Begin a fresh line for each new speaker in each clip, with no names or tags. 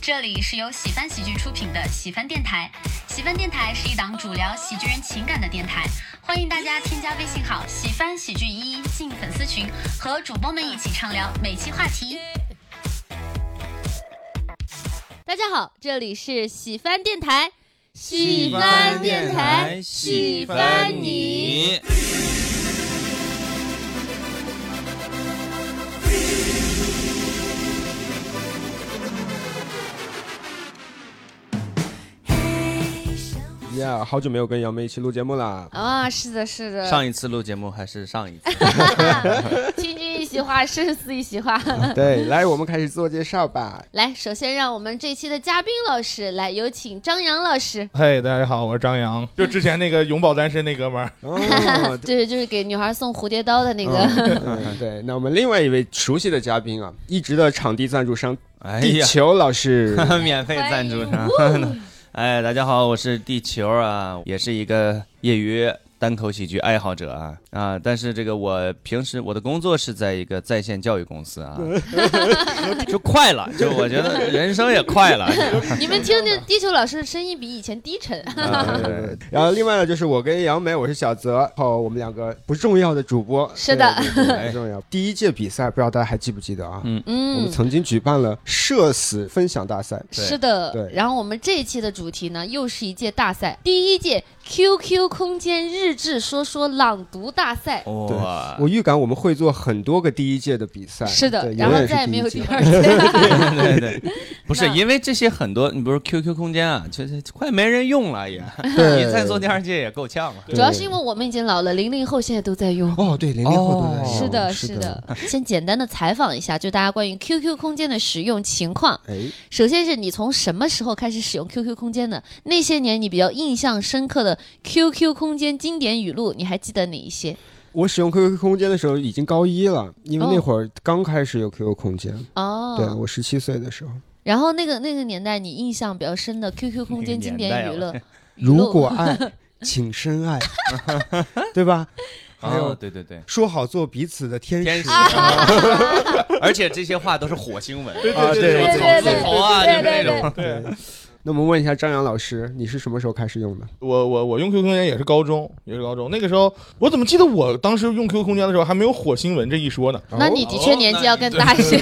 这里是由喜翻喜剧出品的喜翻电台。喜翻电台是一档主聊喜剧人情感的电台，欢迎大家添加微信号“喜翻喜剧一”进粉丝群，和主播们一起畅聊每期话题。
大家好，这里是喜翻电台，喜
翻
电台，喜欢你。。
呀、好久没有跟杨梅一起录节目啦。
啊，是的，是的，
上一次录节目还是上一次，
听君一席话，胜似一席话。
对，来，我们开始自我介绍吧。
来，首先让我们这期的嘉宾老师来，有请张扬老师。
嘿，大家好，我是张扬， 就之前那个永葆单身那哥们儿，
哦，
对，就是给女孩送蝴蝶刀的那个。
嗯 对，那我们另外一位熟悉的嘉宾啊，一直的场地赞助商
哎
地
呀，
球老 师。
免费赞助
欢
商。 哎，大家好，我是地球啊，也是一个业余单口喜剧爱好者啊啊！但是这个我平时我的工作是在一个在线教育公司 啊，就快了，就我觉得人生也快 了。
你们听听，地球老师的声音比以前低沉。
嗯然后另外呢，就是我跟杨梅，我是小泽，然后我们两个不重要的主播。
是的
对，对对不 重要。第一届比赛，不知道大家还记不记得啊？我们
嗯，
曾经举办了社死分享大赛。
对
是的。
对
然后我们这一期的主题呢，又是一届大赛，第一届 QQ 空间日志说说朗读大赛。
哦
哇，
我预感我们会做很多个第一届的比赛，
是的
对，
然
永
后
远是
再也
第
没
一
有
届
第二届了。
对对对，不是
那
因为这些很多，你比如 QQ 空间啊，就就快没人用了也，
对
你再做第二届也够呛了。
对
主要是因为我们已经老了，零零后现在都在用。
哦，对，零零后都
哦
在用
是的，
是
是。的。先简单的采访一下，就大家关于 QQ 空间的使用情况。
哎，
首先是你从什么时候开始使用 QQ 空间的？那些年你比较印象深刻的 QQ 空间经典语录，你还记得哪一些？
我使用 QQ 空间的时候已经高一了，因为
哦
那会儿刚开始有 QQ 空间。对
哦，
我十七岁 的时候，
然后那个那个年代你印象比较深的 QQ 空间经典语录，语录
如果爱，请深爱， 对吧？还有
哦，对对对，
说好做彼此的天
天使啊
使。，
啊
而且这些话都是火星文，
啊对对
我
对
草
对
字头啊，就是那种。
对。那我们问一下张扬老师，你是什么时候开始用的？
我我我用 QQ 空间也是高中，也是高中。那个时候，我怎么记得我当时用 QQ 空间的时候还没有火星文这一说呢？
那你的确年纪要更大一些。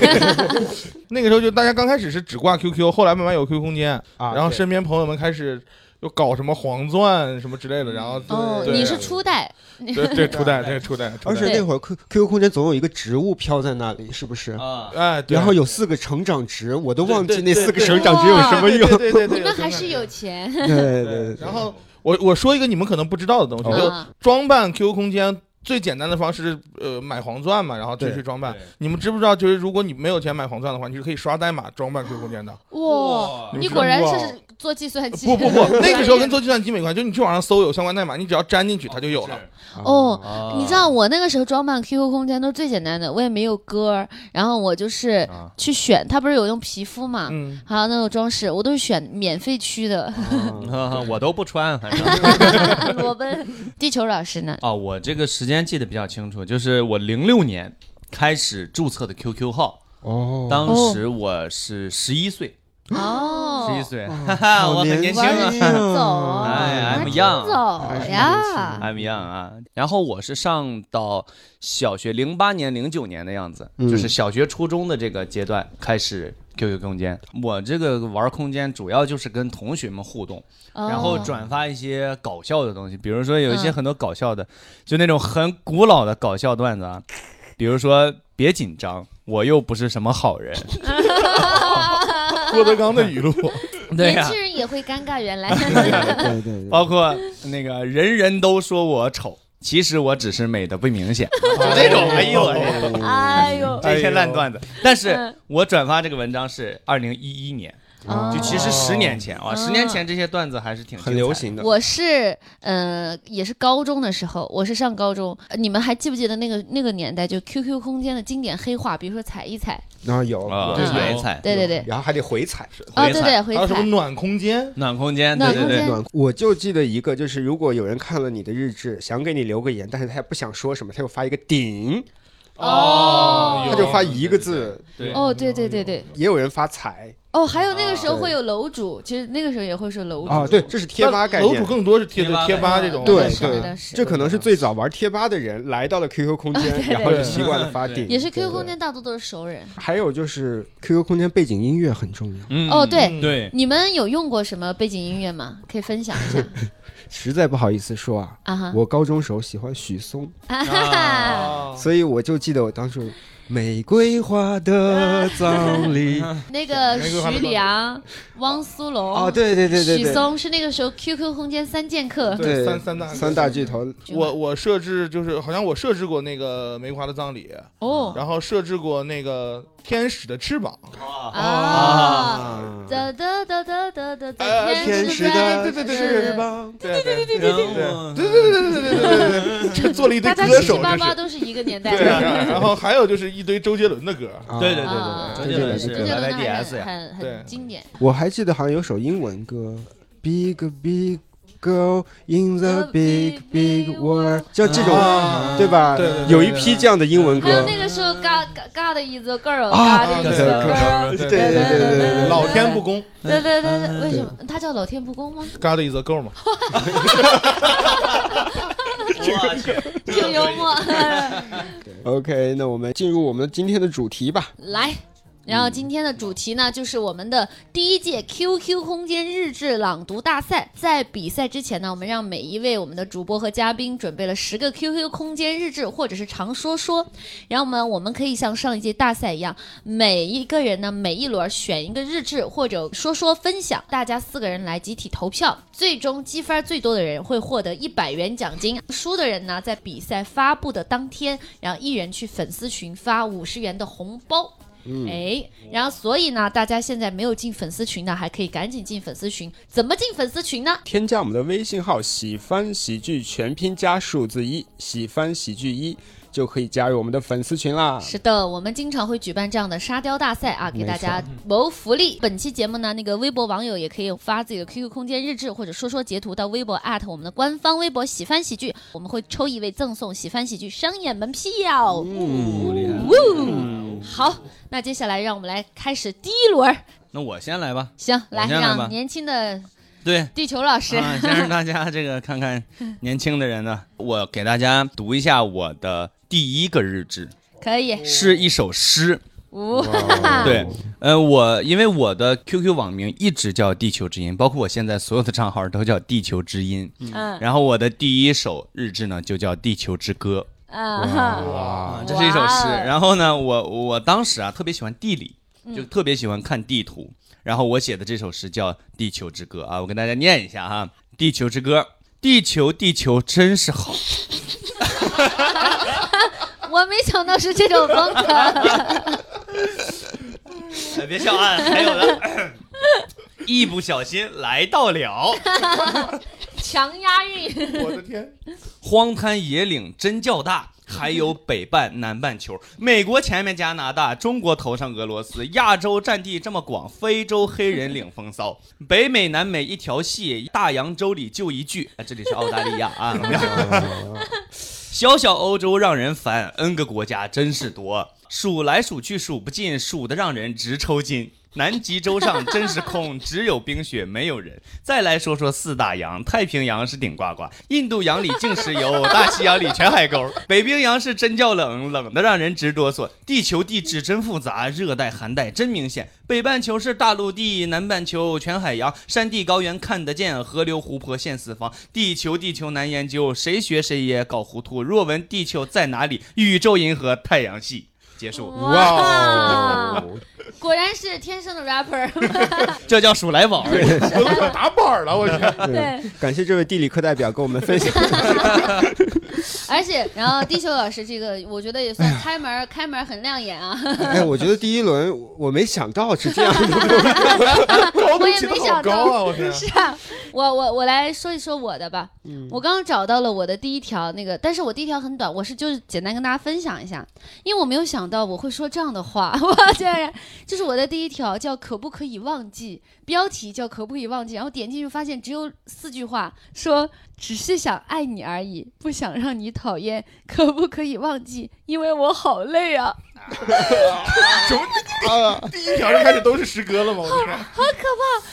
那个时候就大家刚开始是只挂 QQ，后来慢慢有 QQ 空间，
啊
然后身边朋友们开始又搞什么黄钻什么之类的，然后
哦，
对
你是初代，
对 对初代对初代，初代
而且
对
那会儿 Q Q 空间总有一个植物飘在那里，是不是？
啊，
哎，对
然后有四个成长值，我都忘记
对
那
对
四个
对
成长值有什么
对
用。
对对 对对，
你们还是有钱。
对对对
对。
对
然后我我说一个你们可能不知道的东西，
哦
就
啊
装扮 QQ 空间最简单的方式是，呃，买黄钻嘛，然后就
对
去装扮
对。
你们知不知道，就是如果你没有钱买黄钻的话，你是可以刷代码装扮 QQ 空间的。
哇，
你
你
们
果然
知道
是做计算机。
不不不，那个时候跟做计算机没关系，就你去网上搜有相关代码，你只要粘进去它就有了。
哦，
啊
你知道我那个时候装扮 QQ 空间都是最简单的，我也没有歌儿，然后我就是
啊
去选，它不是有用皮肤嘛，
嗯，
还有那种装饰，我都是选免费 区的。
啊
啊 我都不穿，反正
裸奔， 地球老师呢？
啊，我这个时间记得比较清楚，就是我零六年开始注册的 QQ 号，
哦，
当时我是十一岁，
哦，
十一岁，
哦
哈哈，
好
我很年轻
玩
玩
得
啊
得挺
挺早
早
啊，
哎
玩
，I'm
得
young
还
早
是
呀。
，I'm young 啊。然后我是上到小学零八年、零九年的样子，
嗯
就是小学、初中的这个阶段开始 QQ 空间。我这个玩空间主要就是跟同学们互动，
哦
然后转发一些搞笑的东西，比如说有一些
嗯
很多搞笑的，就那种很古老的搞笑段子啊，比如说别紧张。我又不是什么好人，
郭德纲的语录，
对
年
呀、
轻人也会尴尬，原来
对对对对，
包括那个人人都说我丑，其实我只是美的不明 显，这种，哎呦，哎呦
哎呦，
这些烂段子。但
嗯
是我转发这个文章是二零一一年，
哦
就其实十年前啊，
哦
十年前这些段子还是挺
很流。行的。
我是呃，也是高中的时候，我是上高中，呃你们还记不记得那个那个年代，就 QQ 空间的经典黑话，比如说踩一踩，
然后有
啊，
有
嗯
踩一踩，
对对对，
然后还得回踩。
哦
回
对
踩
对回
还有什么
踩，
暖空间？
暖空间，
暖
对
空
对
间
对，
暖，我就记得一个，就是如果有人看了你的日志，想给你留个言，但是他也不想说什么，他就发一个顶，
哦
他就发一个字。
对
哦对对对对，
也有人发踩，
哦，还有那个时候
对
会有楼主，其实那个时候也会说楼主
啊，对，，这是贴吧概
楼
念
主。更多是贴
贴吧
贴吧
的
啊这种，
对
是的
对
是的
这可能是最早玩贴吧的人来到了 QQ 空间，然后就习惯了发
对
顶。
也是 QQ
对
空。间大多都是熟人。
还有就是 QQ 空间背景音乐很重要，
嗯
哦对
对，
你们有用过什么背景音乐吗？可以分享一下
实在不好意思说啊，
啊哈。
我高中时候喜欢许嵩，
啊哈哈，
啊
所以我就记得我当时玫瑰花的葬礼
那个
那个还没
徐良、汪苏泷、
哦，对对对对
许
对，
嵩是那个时候 QQ 空间三剑客。
对
对三三大
三大巨头，
我我设置就是好像我设置过那个《梅花的葬礼》，
哦
然后设置过那个《天使的翅膀》
啊，
啊
哒哒哒哒哒哒
呃
哒，
天使的翅
对
膀，
对对对对
对嗯
对对对对对对对，这做了一
大
堆
家
歌
七七
手，
八
这
八
是。
都是一个年代
对，啊
的。
然后还有就是一堆周杰伦的歌，
啊
对对
啊
对
周杰伦
周
是
杰伦的还是
YYDS 呀
很
对
很经典。
我还记得好像有首英文歌，Big Big Girl in the Big Big World，像这种、
啊
对吧？
对对对对
有一批这样的英文
还有
歌，
那个时候，God God God is a girl，
啊
God
对
is
对
a
对
girl。
对
对对对对对
呃老天不公
对对对对，为什么他叫老天不公吗？
，God is a girl 嘛，
我去，
挺幽默。
OK，那我们进入我们今天的主题吧。
来。然后今天的主题呢，就是我们的第一届 QQ 空间日志朗读大赛。在比赛之前呢，我们让每一位我们的主播和嘉宾准备了十个 QQ 空间日志或者是常说说，然后呢，我们可以像上一届大赛一样，每一个人呢每一轮选一个日志或者说说分享，大家四个人来集体投票，最终积分最多的人会获得一百元奖金，输的人呢在比赛发布的当天，然后一人去粉丝群发五十元的红包。哎，然后所以呢，大家现在没有进粉丝群的，还可以赶紧进粉丝群。怎么进粉丝群呢？
添加我们的微信号“喜翻喜剧全拼加数字一”，喜翻喜剧一就可以加入我们的粉丝群啦。
是的，我们经常会举办这样的沙雕大赛啊，给
没
大家谋福利。本期节目呢，那个微博网友也可以发自己的 QQ 空间日志或者说说截图到微博我们的官方微博喜翻喜剧，我们会抽一位赠送喜翻喜剧商演门票。
嗯
呜、好，那接下来让我们来开始第一轮儿。
那我先来吧。
行，
我
来
先来吧
让年轻的
对，
地球老师，
啊，先让大家这个看看
嗯
年轻的人呢，我给大家读一下我的第一个日志，
可以。
是一首诗。
呜、
对，呃，我因为我的 QQ 网名一直叫地球之音，包括我现在所有的账号都叫地球之音。
嗯
然后我的第一首日志呢，就叫《地球之歌
啊哈。
哇，》，
这是一首诗。
哇哦嗯
然后呢，我我当时啊特别喜欢地理，就特别喜欢看地图。然后我写的这首诗叫《地球之歌》啊，我跟大家念一下哈，《地球之歌》，地球地球真是 好，
我没想到是这种风格。
哎别笑啊，还有呢， 一不小心来到了。
强押韵，
我的 天，
荒滩野岭真叫大，还有北半、南半球，美国前面加拿大，中国头上俄罗斯，亚洲占地这么广，非洲黑人领风骚，北美、南美一条细，大洋洲里就一句，啊这里是澳大利亚啊。 小小欧洲让人烦，N 个国家真是多，数来数去数不尽，数的让人直抽筋。南极洲上真是空，只有冰雪没有人。再来说说四大洋，太平洋是顶呱呱，印度洋里净石油，大西洋里全海 沟，北冰洋是真叫冷，冷的让人直哆嗦。地球地质真复杂，热带寒带真明显。北半球是大陆地，南半球全海洋，山地高原看得见，河流湖泊现四方。地球地球难研究，谁学谁也搞糊涂。若问地球在哪里，宇宙银河太阳系。结束，
哦
哇！果然是天生的 rapper。
这叫数来宝儿。
我都快打板儿了，我 天，
对，
感谢这位地理课代表跟我们分享。
而且然后地球老师这个，我觉得也算开门，开门很亮眼啊。
哎，我觉得第一轮我我没想到是这 样的，
高
我
度
也
起的
没
好
想
高
到
啊，我 天，
是啊，我我我来说一说我的吧。我刚刚找到了我的第一条那个，但是我第一条很短，我是就是简单跟大家分享一下，因为我没有想到我会说这样的话， 我竟然就是我的第一条叫“可不可以忘记”，标题叫“可不可以忘记”，然后点进去发现只有四句话，说只是想爱你而已，不想让你讨厌，可不可以忘记？因为我好累啊。
什么啊？第一条就开始都是诗歌了吗？我天，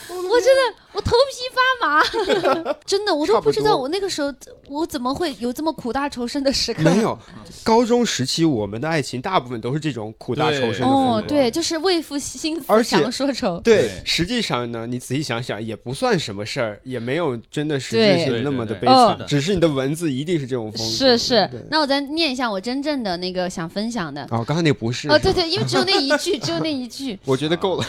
我真的，我头皮发麻， 真的，我都
差不
不知道
多
我那个时候我怎么会有这么苦大仇深的时刻。
没有，高中时期我们的爱情大部分都是这种苦大仇深的
对
哦
风，格
对，就是为赋新词
而且
强说愁。
对
对，
实际上呢，你仔细想想，也不算什么事儿，也没有真的实
对
质性那么的
对
悲
对
对
惨
对，
只是你的文字一定是这种风格。
是是
对，
那我再念一下我真正的那个想分享的。
哦，刚才那个不是
哦，对， 对，因为只有那一句，只有那一句，
我觉得够了。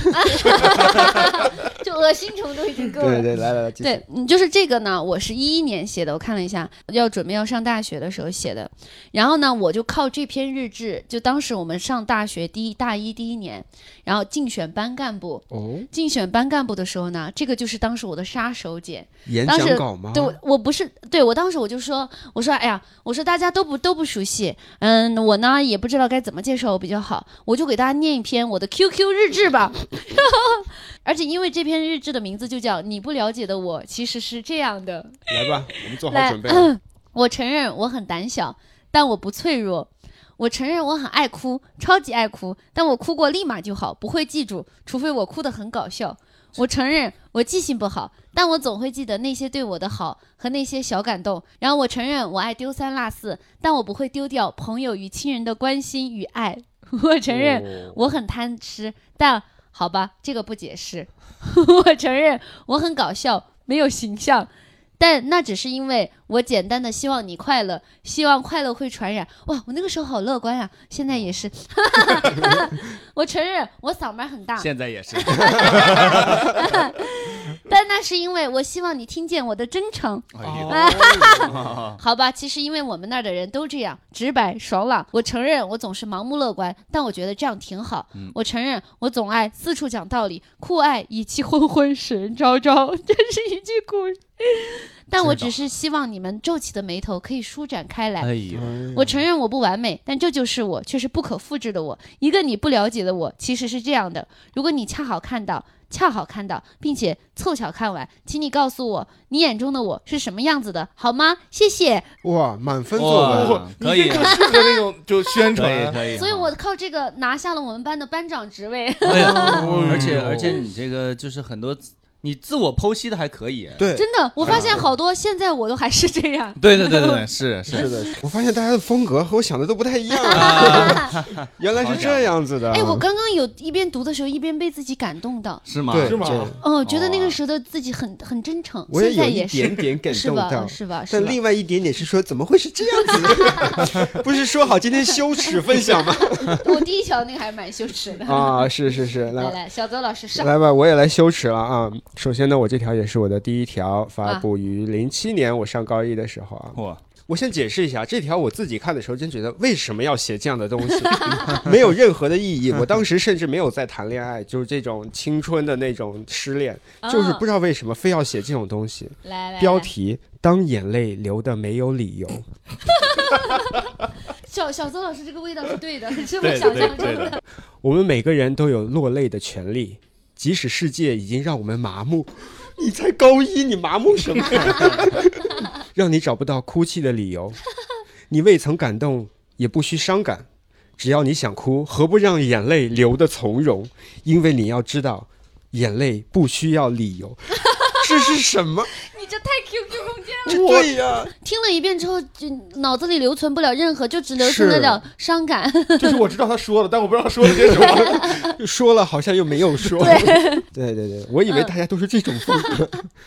就恶心程度已经够了。
对对，来来来，继续
对，嗯，就是这个呢，我是一一年写的，我看了一下，要准备要上大学的时候写的。然后呢，我就靠这篇日志，就当时我们上大学第一大一第一年，然后竞选班干部。
哦，
竞选班干部的时候呢，这个就是当时我的杀手锏。
演
当时
讲稿吗？
对，我我不是，对我当时我就说，我说，哎呀，我说大家都不都不熟悉，嗯，我呢也不知道该怎么介绍我比较好，我就给大家念一篇我的 QQ 日志吧。 而且因为这篇日志的名字就叫《你不了解的我其实是这样的》，
来吧，我们做好
来嗯
准备了。
我承认我很胆小，但我不脆弱。我承认我很爱哭，超级爱哭，但我哭过立马就好，不会记住，除非我哭得很搞笑。我承认我记性不好，但我总会记得那些对我的好和那些小感动。然后我承认我爱丢三落四，但我不会丢掉朋友与亲人的关心与爱。 我承认
哦
我很贪吃，但好吧，这个不解释。 我承认我很搞笑，没有形象，但那只是因为我简单的希望你快乐，希望快乐会传染。哇，我那个时候好乐观呀、啊现在也是。 我承认我嗓门很大，
现在 也是，
但那是因为我希望你听见我的真诚。
哦
哎
好吧，其实因为我们那儿的人都这样，直白爽朗。我承认我总是盲目乐观，但我觉得这样挺好。我承认我总爱四处讲道理，酷爱以其昏昏使人昭昭， 这是一句古诗。但我只是希望你们皱起的眉头可以舒展开来。
呦，
我承认我不完美，但这就是我，却是不可复制的我。一个你不了解的我，其实是这样的。如果你恰好看到，恰好看到，并且凑巧看完，请你告诉我你眼中的我是什么样子的，好吗？谢谢。
哇，满分作
哇
文。
不
哦可
哎你
以啊
这个适合那种就宣
可以
传，
可以。
啊
所以我靠这个拿下了我们班的班长职位。
对啊，而且
哦
而且你这个就是很多你自我剖析的还可以。
对，嗯
真的，我发现好多现在我都还是这 样。
对对对对对，是是
是的，我发现大家的风格和我想的都不太一样啊，原来是这样子 的。
哎，我刚刚有一边读的时候，一边被自己感动到，
是吗？
对
是吗？
对
哦，觉得那个时候的自己很很真诚，
我
现
也
在
有
也
一
是
点，点感
是
动
吧？
到，
是吧？是
但
吧？
另外一点点是说，怎么会是这样子？ 不是说好今天羞耻分享吗？
我第一条那个还蛮羞耻的。
啊，是是是，
来
来
来，小泽老师上。
来吧，我也来羞耻了啊！首先呢，我这条也是我的第一条，发
啊
布于零七年我上高一的时候啊。
哇，
我先解释一下，这条我自己看的时候，真觉得为什么要写这样的东 西，没有任何的意义。我当时甚至没有在谈恋爱，就是这种青春的那种失恋，
哦
就是不知道为什么非要写这种东西。
来来
标
来
题：当眼泪流的没有理由。
小小邹老师这个味道是对的，是我想象中的。
我们每个人都有落泪的权利，即使世界已经让我们麻木。你才高一，你麻 木什么？让你找不到哭泣的理由。你未曾感动，也不需伤感。只要你想哭，何不让眼泪流的从容？因为你要知道，眼泪不需要理 由。这是什么？
你这太 QQ 空间了。
这对呀、
听了一遍之后，就脑子里留存不了任何，就只留存得了伤感。
就是我知道他说了，但我不知道他说了些什 么。
说了好像又没有说。对 对对对，我以为大家都是这种风 格，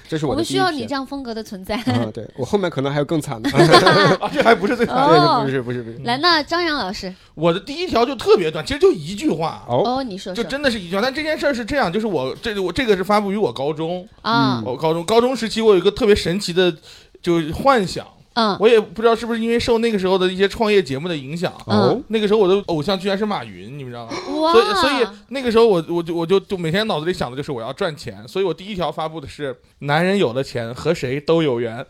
这是
嗯我
我的
们
第
需
一
要
篇
你这样风格的存在。
啊，对我后面可能还有更 惨的。
啊这还不是最惨，
哦
对，不是不是不是。
来，那张扬老师，
我的第一条就特别短，其实就一句话，啊
哦，
哦，你说
就
说
真的是一句话。但这件事儿是这样，就是我这我这个是发布于我高中，
啊，
嗯
我高中高中时期我有一个特别神奇的，就是幻想，
嗯，
我也不知道是不是因为受那个时候的一些创业节目的影响。
哦，
那个时候我的偶像居然是马云，你们知道吗？
哇，
所以所以那个时候我我就我就就每天脑子里想的就是我要赚钱，所以我第一条发布的是男人有了钱和谁都有缘。
哦，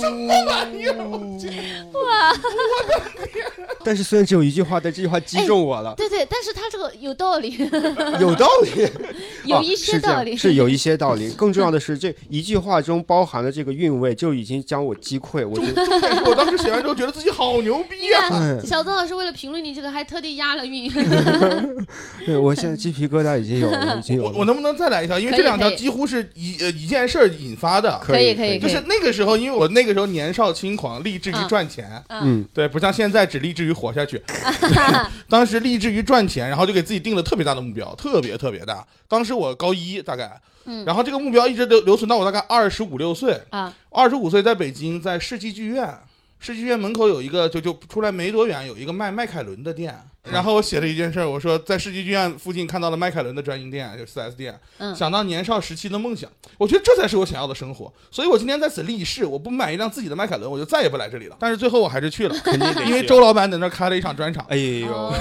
什么玩意儿？但是虽然只有一句话，但这句话击中我了，
对对，但是他这个有道理，
有道理，
哎 有
啊
一些
是这样
道理，
是有一些道理。更重要的是，这一句话中包含的这个韵味就已经将我击溃。 我觉得，
我当时写完之后觉得自己好牛
你
逼啊呀、
嗯
看，小曾老师为了评论你这个，还特地押了韵。
对我现在鸡皮疙瘩已经有了，已经有
我
了。
我能不能再来一条？因为这两条几乎是一呃一件事儿引发的，
可以可以
就是那个时候，因为我那个时候年少轻狂，立志于赚钱，
嗯，
对，不像现在只立志于活下去。 当时立志于赚钱，然后就给自己定了特别大的目标，特别特别大。当时我高一大概，
嗯
然后这个目标一直留留存到我大概二十五六岁，
啊，
二十五岁在北京，在世纪剧院。世纪剧院门口有一个，就就出来没多远有一个卖迈凯伦的店，然后我写了一件事儿，我说在世纪剧院附近看到了迈凯伦的专营店，就 4S 店，
嗯
想到年少时期的梦想，我觉得这才是我想要的生活，所以我今天在此立誓，我不买一辆自己的迈凯伦，我就再也不来这里了。但是最后我还是去了，
肯定得
因为
去
周老板在那儿开了一场专场，
哎呦，
哦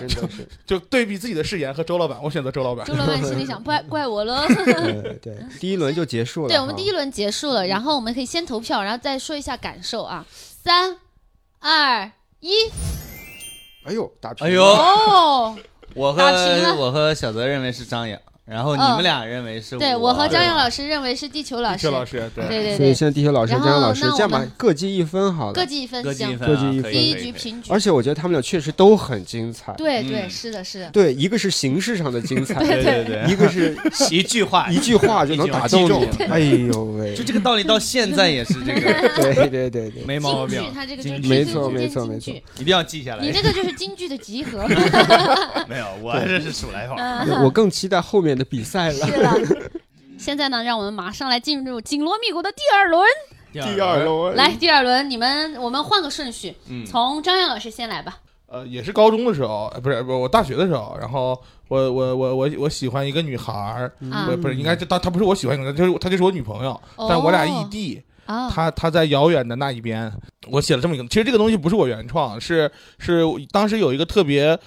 真的 是，
就对比自己的誓言和周老板，我选择周老板
周。老板心里想，怪怪我 了。
对呃对，第一轮就结束了。
对，我们
哈嗯
第一轮结束了，然后我们可以先投票，然后再说一下感受啊。三、二、一，
哎呦，打平。
哎呦，
哦，
我和
打平了
我和小泽认为是张扬，然后你
嗯
们俩认为是
对我和张扬
哎
师。
老师认为是地球老
谢
师，
老师，对，
对对
所以
对，
现在地球老师、
然
张
后
扬老师
那我
这样吧
们，
各记一分好
各
了。
记一分，
各进一
行，
分啊，
各进一
可以
第一
可以
局
可以
平局
而。且我觉得他们俩确实都很精彩。
对对，
嗯
是的，是的。
对，一个是形式上的精彩，
对对对，
一个是
一句话，
一句话就能打动
一句话
你
击中。
哎呦 喂
就！这个道理到现在也是这个
对对对对，
没毛
京
病
剧，，它这个就是
京
京
剧
剧
没错
中
没
间
错
京
没错
剧
一定要记下来
你。这个就是京剧的集合。
没有，我这是数来宝。
嗯
我更期待后面的比赛 了。
是了。现在呢，让我们马上来进入紧锣密鼓的第二轮。
第
第二，
哦
轮，
来，第二轮，你们我们换个顺序，
嗯，
从张亮老师先来吧。
呃，也是高中的时候，呃不是不是，我大学的时候，然后我我我我我喜欢一个女孩儿，
啊
不是不是，应该就她她不是我喜欢的，就是她就是我女朋友，但我俩异地，
啊，
她她在遥远的那一边，我写了这么一个，其实这个东西不是我原创，是是当时有一个特别，呃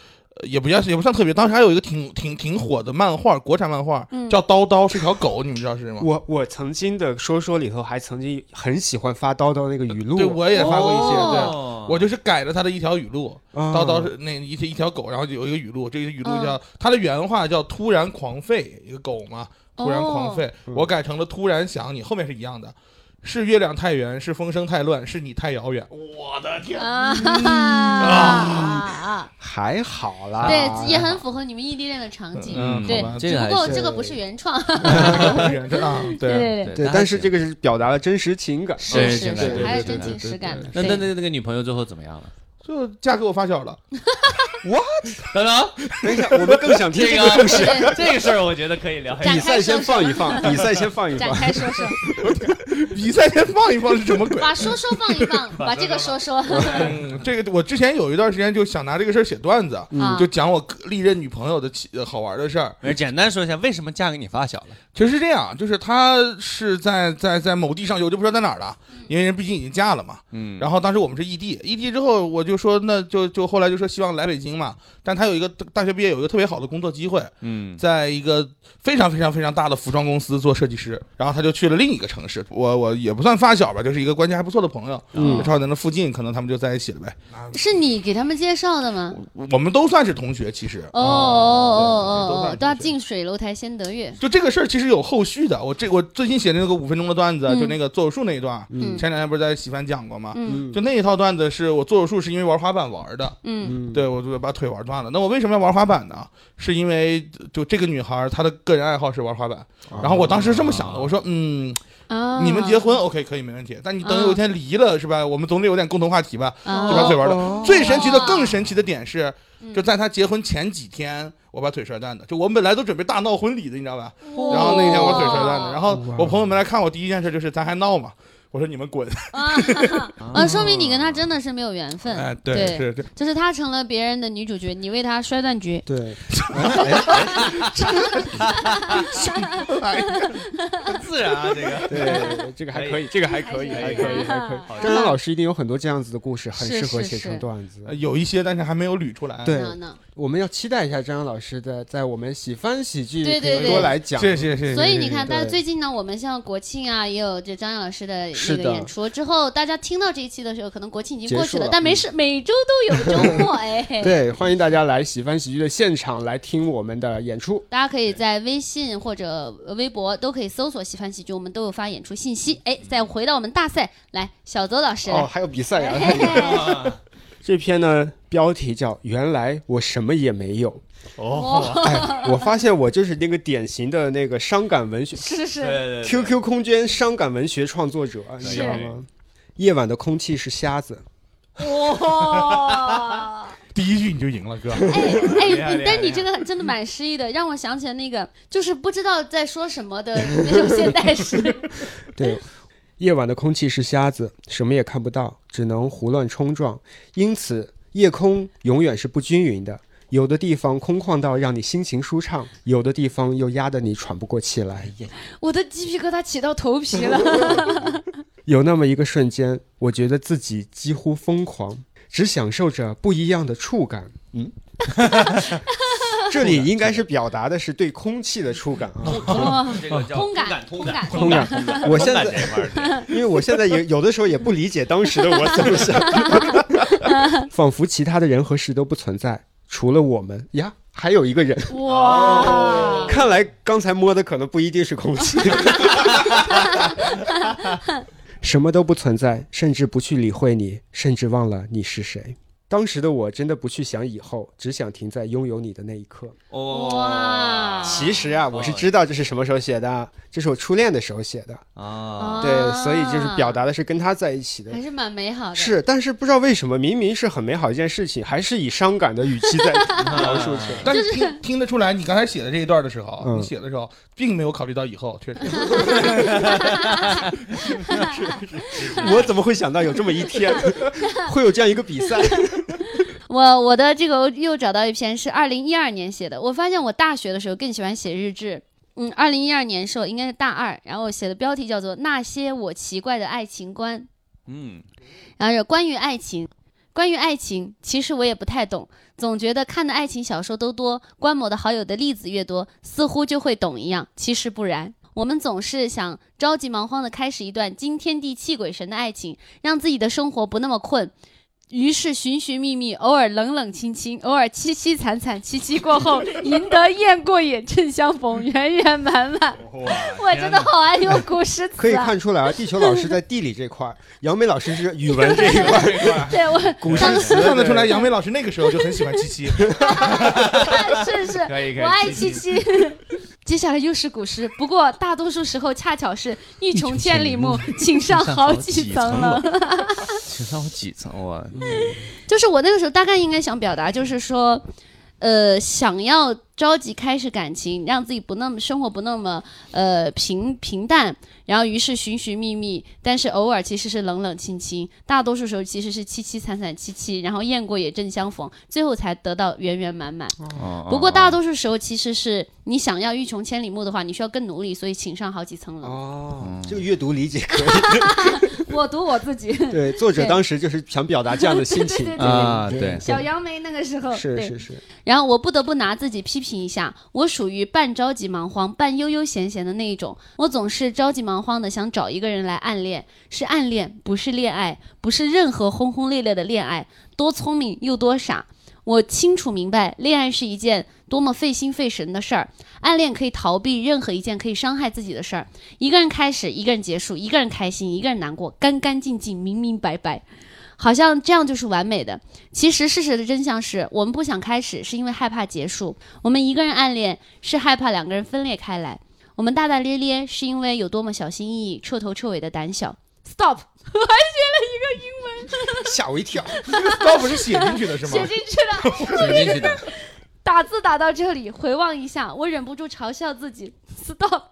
也不叫也不算特别，当时还有一个挺挺挺火的漫画，国产漫画
嗯
叫《叨叨》，是条狗，你们知道是什么？
我我曾经的说说里头还曾经很喜欢发叨叨那个语录，
对，我也发过一些，对。
哦
我就是改了他的一条语录，
啊
叨叨是那一一条狗，然后有一个语录，这个语录
嗯
叫它的原话叫“突然狂吠”，一个狗嘛，突然狂吠，
嗯
我改成了“突然想你”，后面是一样的。是月亮太圆，是风声太乱，是你太遥远。我的天！
啊哈哈啊
还好啦，
啊！对，也很符合你们异地恋的场景。
嗯，
对
好吧，
这
只
个还
不过
是
这个不是原创。
圆着啊，对，
对
对，但是这个是表达了真实情感，哦
对
是是
对对
是，还有
对
真
对
情实感的。
那
对
那那那个女朋友最后怎么样了？
就嫁给我发小了。
等等，
等一下，我们更想听
这
这个故事。
个这个事儿，我觉得可以聊一下。
展
比
开
赛
说
先
说，
放一放，比赛先放一
展
放。
开说说，
比赛先放一放是什么 鬼？
把说说放一放，把这个说说。
嗯，这个我之前有一段时间就想拿这个事儿写段子，
啊
就讲我历任女朋友的奇呃好玩的事儿。
呃简单说一下，为什么嫁给你发小了？
其实是这样，就是她是在在在某地上游，我就不知道在哪儿了，因为人毕竟已经嫁了嘛。
嗯
然后当时我们是异地，异地之后我就说，那就就后来就说希望来北京嘛。但她有一个大学毕业有一个特别好的工作机会，
嗯，
在一个非常非常非常大的服装公司做设计师，然后她就去了另一个城市。我我也不算发小吧，就是一个关系还不错的朋友，
嗯
就正好在那附近，可能他们就在一起了呗。
是你给他们介绍的吗？
我们都算是同学，其实。
哦
对
哦哦
都
哦，
算
都要
同学
近水楼台先得月。
就这个事儿其实有后续的，我这我最近写的那个五分钟的段子，
嗯
就那个做手术那一段，
嗯
前两天不是在喜番讲过吗？
嗯
就那一套段子是我做手术是因为玩滑板玩的，
嗯
嗯，
对我就把腿玩断了。那我为什么要玩滑板呢？是因为就这个女孩她的个人爱好是玩滑板，
啊
然后我当时这么想的，我说嗯，
啊，
你们结婚 OK 可以没问题，但你等有一天离了是吧？我们总得有点共同话题吧？
啊
就把腿玩断。
哦
最神奇的更神奇的点是，
嗯
就在她结婚前几天，我把腿摔断的。就我们本来都准备大闹婚礼的，你知道吧？
哇
然后那天我腿摔
哦
断了，然后
哇
我朋友们来看我，第一件事就是咱还闹嘛，我说你们滚，
啊哈哈啊，说明你跟他真的是没有缘分。
哎，
嗯对
是这
就是她成了别人的女主角，你为她摔断局。
对，
自然啊，这个
对，这个还可以，这个还可以，
还啊
还
可
可
以
以，还可以。
以
张扬老师一定有很多这样子的故事，很
是
适合
是
写
是嗯
成段子。
呃有一些，但是还没有捋出来。
对
呢呢，
我们要期待一下张扬老师的在我们喜番喜剧
对
可
对
以
对
多来讲。
谢谢谢谢。
所以
谢谢
你看，
对
但最近呢，我们像国庆啊，也有这张扬老师的这
是
个
的
演出之后，大家听到这一期的时候，可能国庆已经
结
过去
束
了，
了
但没事，每周都有周 末哎。
对，欢迎大家来喜欢喜剧的现场来听我们的演出。
大家可以在微信或者微博都可以搜索“喜欢喜剧”，我们都有发演出信息。哎，再回到我们大赛来，小邹老师，
哦，还有比赛
哎
呀、这篇呢，标题叫《原来我什么也没有》。
哦，
哎，我发现我就是那个典型的那个伤感文学
是是是，
对
QQ 空间伤感文学创作者，你知道吗？夜晚的空气是瞎子，
哇！
第一句你就赢了，哥。
哎，
厉害
你
厉害
但你这个真的蛮诗意的，让我想起了那个就是不知道在说什么的 那种现代诗。
对。夜晚的空气是瞎子，什么也看不到，只能胡乱冲撞。因此，夜空永远是不均匀的，有的地方空旷到让你心情舒畅，有的地方又压得你喘不过气来。
我的鸡皮疙瘩起到头皮 了。
有那么一个瞬间，我觉得自己几乎疯狂，只享受着不一样的触感。嗯， 这里应该是表达的是对空气的触感啊，
哦，
这个叫
通感
通
通感
感
通感。我现在 因为我现在也有的时候也不理解当时的我怎么想，仿佛其他的人和事都不存在，除了我们呀。还有一个人，
哇！
看来刚才摸的可能不一定是空气。什么都不存在，甚至不去理会你，甚至忘了你是谁。当时的我真的不去想以后，只想停在拥有你的那一刻。
哦
哇
其实啊，我是知道这是什么时候写的啊，这是我初恋的时候写的。
啊，
对，所以就是表达的是跟他在一起的
还是蛮美好的。
是，但是不知道为什么，明明是很美好一件事情，还是以伤感的语气在描述出来。
但是听听得出来，你刚才写的这一段的时候，
嗯
你写的时候并没有考虑到以后， 确实。
我怎么会想到有这么一 天，会有这样一个比赛？
啊我我的这个又找到一篇是二零一二年写的，我发现我大学的时候更喜欢写日志。嗯，二零一二年时候应该是大二，然后我写的标题叫做《那些我奇怪的爱情观》。
嗯，
然后有关于爱情，关于爱情，其实我也不太懂，总觉得看的爱情小说都多，观摩的好友的例子越多，似乎就会懂一样，其实不然。我们总是想着急忙慌地开始一段惊天地泣鬼神的爱情，让自己的生活不那么困。于是寻寻觅觅，偶尔冷冷清清，偶尔凄凄惨惨，凄凄过后，赢得雁过眼，正相逢，圆圆满满。我真的好爱用古诗词、啊，
可以看出来啊，地球老师在地理这块，杨梅老师是语文这一块。
对我
古诗词
看得出来，杨梅老师那个时候就很喜欢七七。
是是，
可以可以，
我爱
七七，
七七。 接下来又是古诗，不过大多数时候恰巧是“一
穷
穷
千
千
里
里
目
目，请上好几层楼”。
请上我几层我
就是我那个时候大概应该想表达，就是说，呃，想要着急开始感情，让自己不那么生活不那么呃平平淡，然后于是寻寻觅觅，但是偶尔其实是冷冷清清，大多数时候其实是凄凄惨惨戚戚，然后雁过也正相逢，最后才得到圆圆满满。
哦啊
不过大多数时候其实是你想要欲穷千里目的话，你需要更努力，所以请上好几层楼。
哦，这个阅读理解可以。
我读我自己，
对，作者
对
当时就是想表达这样的心情
对对对
啊，
嗯
对，
小杨梅那个时候
是
对
是是，
然后我不得不拿自己批评一下，我属于半着急忙慌、半悠悠闲闲的那一种。我总是着急忙慌的想找一个人来暗恋，是暗恋，不是恋爱，不是任何轰轰烈烈的恋爱。多聪明又多傻，我清楚明白，恋爱是一件多么费心费神的事儿。暗恋可以逃避任何一件可以伤害自己的事儿，一个人开始，一个人结束，一个人开心，一个人难过，干干净净，明明白白，好像这样就是完美的。其实事实的真相是我们不想开始，是因为害怕结束；我们一个人暗恋是害怕两个人分裂开来；我们大大咧咧是因为有多么小心翼翼、彻头彻尾的胆小。Stop，
吓我一跳。
高不是写进去的是
写
吗？
进去了。
写进去的，
打字打到这里，回望一下，我忍不住嘲笑自己，stop，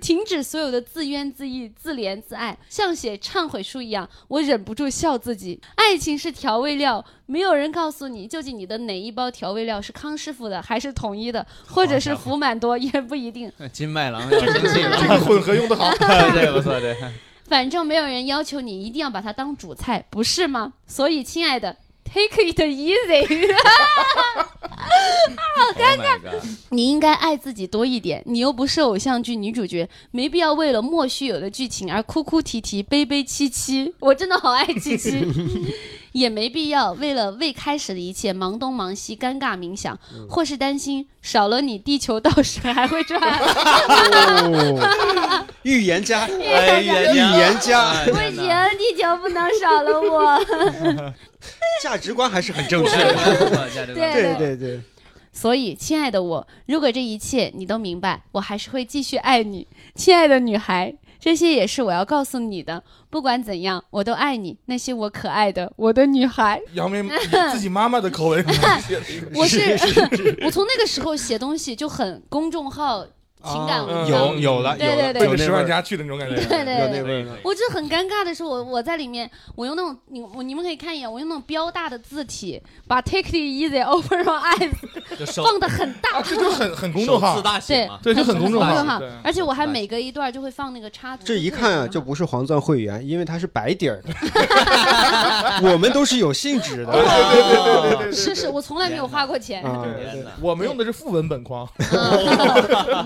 停 止所有的自怨自艾、自怜自爱，像写忏悔书一样，我忍不住笑自己。爱情是调味料，没有人告诉你究竟你的哪一包调味料是康师傅的，还是统一的，或者是福满多，也不一定。
金麦郎要生气了，
这个混合用的好。
对，不错，对，
反正没有人要求你一定要把它当主菜，不是吗？所以，亲爱的，take it easy。
尴尬。
你应该爱自己多一点，你又不是偶像剧女主角，没必要为了莫须有的剧情而哭哭啼啼、悲悲戚戚。我真的好爱七七， 也没必要为了未开始的一切忙东忙西、尴尬冥想，或是担心少了你，地球到时还会转。
哦，
预言家，
哎呀，
预言家，
哎
不
天
行
哪，
地球不能少了我。
价值观还是很正确的。
对
对
对对对，
所以，亲爱的我，如果这一切你都明白，我还是会继续爱你，亲爱的女孩。这些也是我要告诉你的。不管怎样，我都爱你，那些我可爱的我的女孩。
杨梅以自己妈妈的口吻写了一个
我是 我从那个时候写东西就很公众号
哦
情感文章，
有有了，有
对
了，
对对
奔
有
着
那
十
味
万
儿
加去的那种感觉。
对对
有
对
那味儿。
我这很尴尬的是，我我在里面，我用那种你我你们可以看一眼，我用那种标大的字体把 take it easy over your eyes
就手
放的很大
啊，，这就很很公众号
手自，大写嘛，
对，就很
很
公众
公
号
众号
对。
而且我还每隔一段就会放那个插图。
这一看啊，就不是黄钻会员，因为它是白底儿的。我 们都是有性质的。
对对对对对 对，
是是，我从来没有花过钱，
啊，
天哪，
我们用的是副文本框，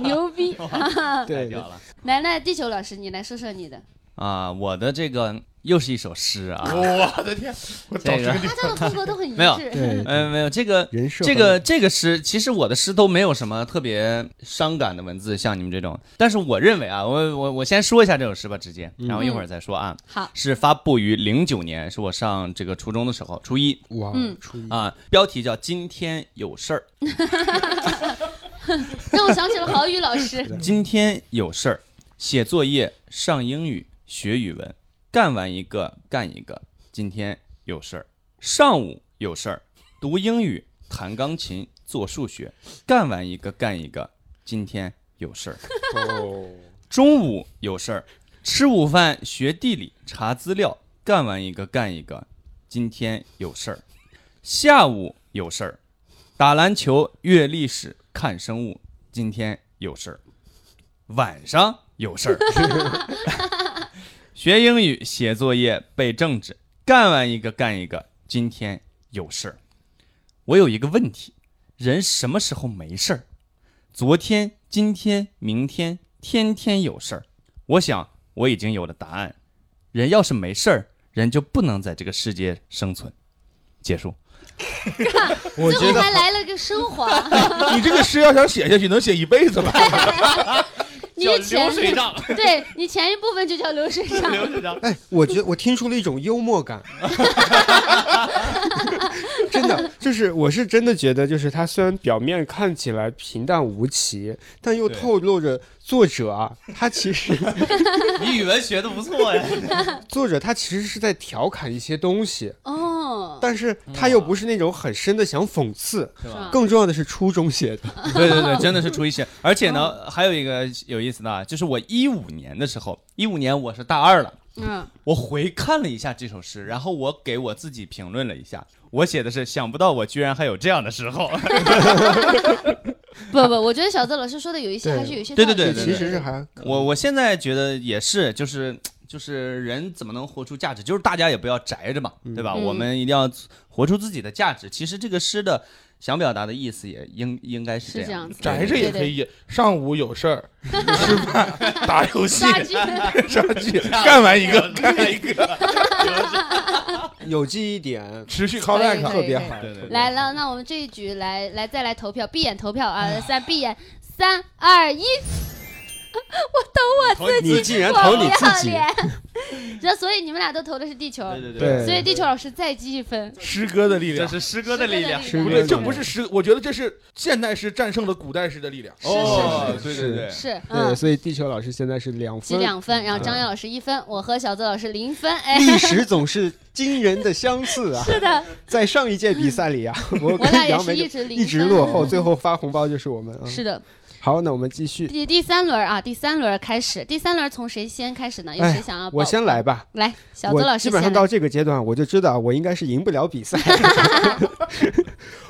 牛逼！
太
对，
屌嗯了
来来，地球老师，你来说说 你的，
啊！我的这个又是一首诗啊，
我的天，我找
这
这
个
个地
大家的风格都很一
没有
致。
对，
嗯，没有这个。
人设
这个这个诗，其实我的诗都没有什么特别伤感的文字，像你们这种。但是我认为啊，我我我先说一下这首诗吧，直接，然后一会儿再说啊。
好，
是发布于零九年，是我上这个初中的时候，初一
哇，
嗯
初一
啊。标题叫“今天有事儿
让我想起了郝宇老师，”，
今天有事儿，写作业、上英语、学语文，干完一个干一个。今天有事儿，上午有事儿，读英语、弹钢琴、做数学，干完一个干一个。今天有事儿。
哦，
中午有事儿，吃午饭学地理查资料，干完一个干一个。今天有事儿，下午有事儿，打篮球阅历史看生物。今天有事儿，晚上有事儿，学英语写作业背政治，干完一个干一个。今天有事儿，我有一个问题：人什么时候没事儿？昨天、今天、明天，天天有事儿。我想我已经有了答案。人要是没事儿，人就不能在这个世界生存。结束。
我
最
觉
后
得
还来了个升 华，
方，你这个诗要想写下去，能写一辈子 吧？
你的前对你前一部分就叫 流水账，
哎，我觉得我听出了一种幽默感， 真的，就是我是真的觉得，就是它虽然表面看起来平淡无奇，但又
对
透露着作者啊，他其实
你语文学的不错呀。
作者他其实是在调侃一些东西，
哦，
但是他又不是那种很深的想讽刺，
是吧？
更重要的是初中写的，
对对对，真的是初一写。而且呢，还有一个有意思的啊，就是我一五年的时候，一五年我是大二了。
嗯，
我回看了一下这首诗，然后我给我自己评论了一下，我写的是想不到我居然还有这样的时候。
不不，我觉得小泽老师说的有一些
对
还是有一些
对
道理
对对
这
对
其实是还
我我现在觉得也是，就是就是人怎么能活出价值？就是大家也不要宅着嘛，对吧？
嗯
我们一定要活出自己的价值。其实这个诗的想表达的意思也应应该是
是
这
这
样
样
的。
子，
宅着也可以，上午有事 儿，吃饭、 打游戏、
杀鸡，
杀鸡，干完一个 干一个，
有记忆点。
持续 call
可
back
以可以
特别好。
对对对
来了，那我们这一局来来再来投票，闭眼投票啊！三闭眼，三二一，我投我自己，
你竟然投你
我不
自己，
要脸。 这所以你们俩都投的是地球，
对
对
所以地球老师再积一分。
诗歌的力
这
量，
是诗歌的力量。
是
不对，这不是诗，我觉得这是现代诗战胜了古代诗的力量。
是
哦，
是
对
是
对对，
是，
对，嗯
嗯，
所以地球老师现在是两
积
分，
两分，然后张耀老师一分，我和小泽老师零 分。哎，
历史总是惊人的相 似啊！
是的，
在上一届比赛里啊，我
我俩
跟
也
杨
是
梅
一
就
直零分，
一
啊
直落后，最后发红包就是我们啊。
是的，
好，那我们继续。
第第三轮啊，第三轮开始，第三轮从谁先开始呢？有
哎
谁想要报？
我先来吧，
来，小泽
我
老
基
师
本上
先来
到这个阶段，我就知道我应该是赢不了比赛，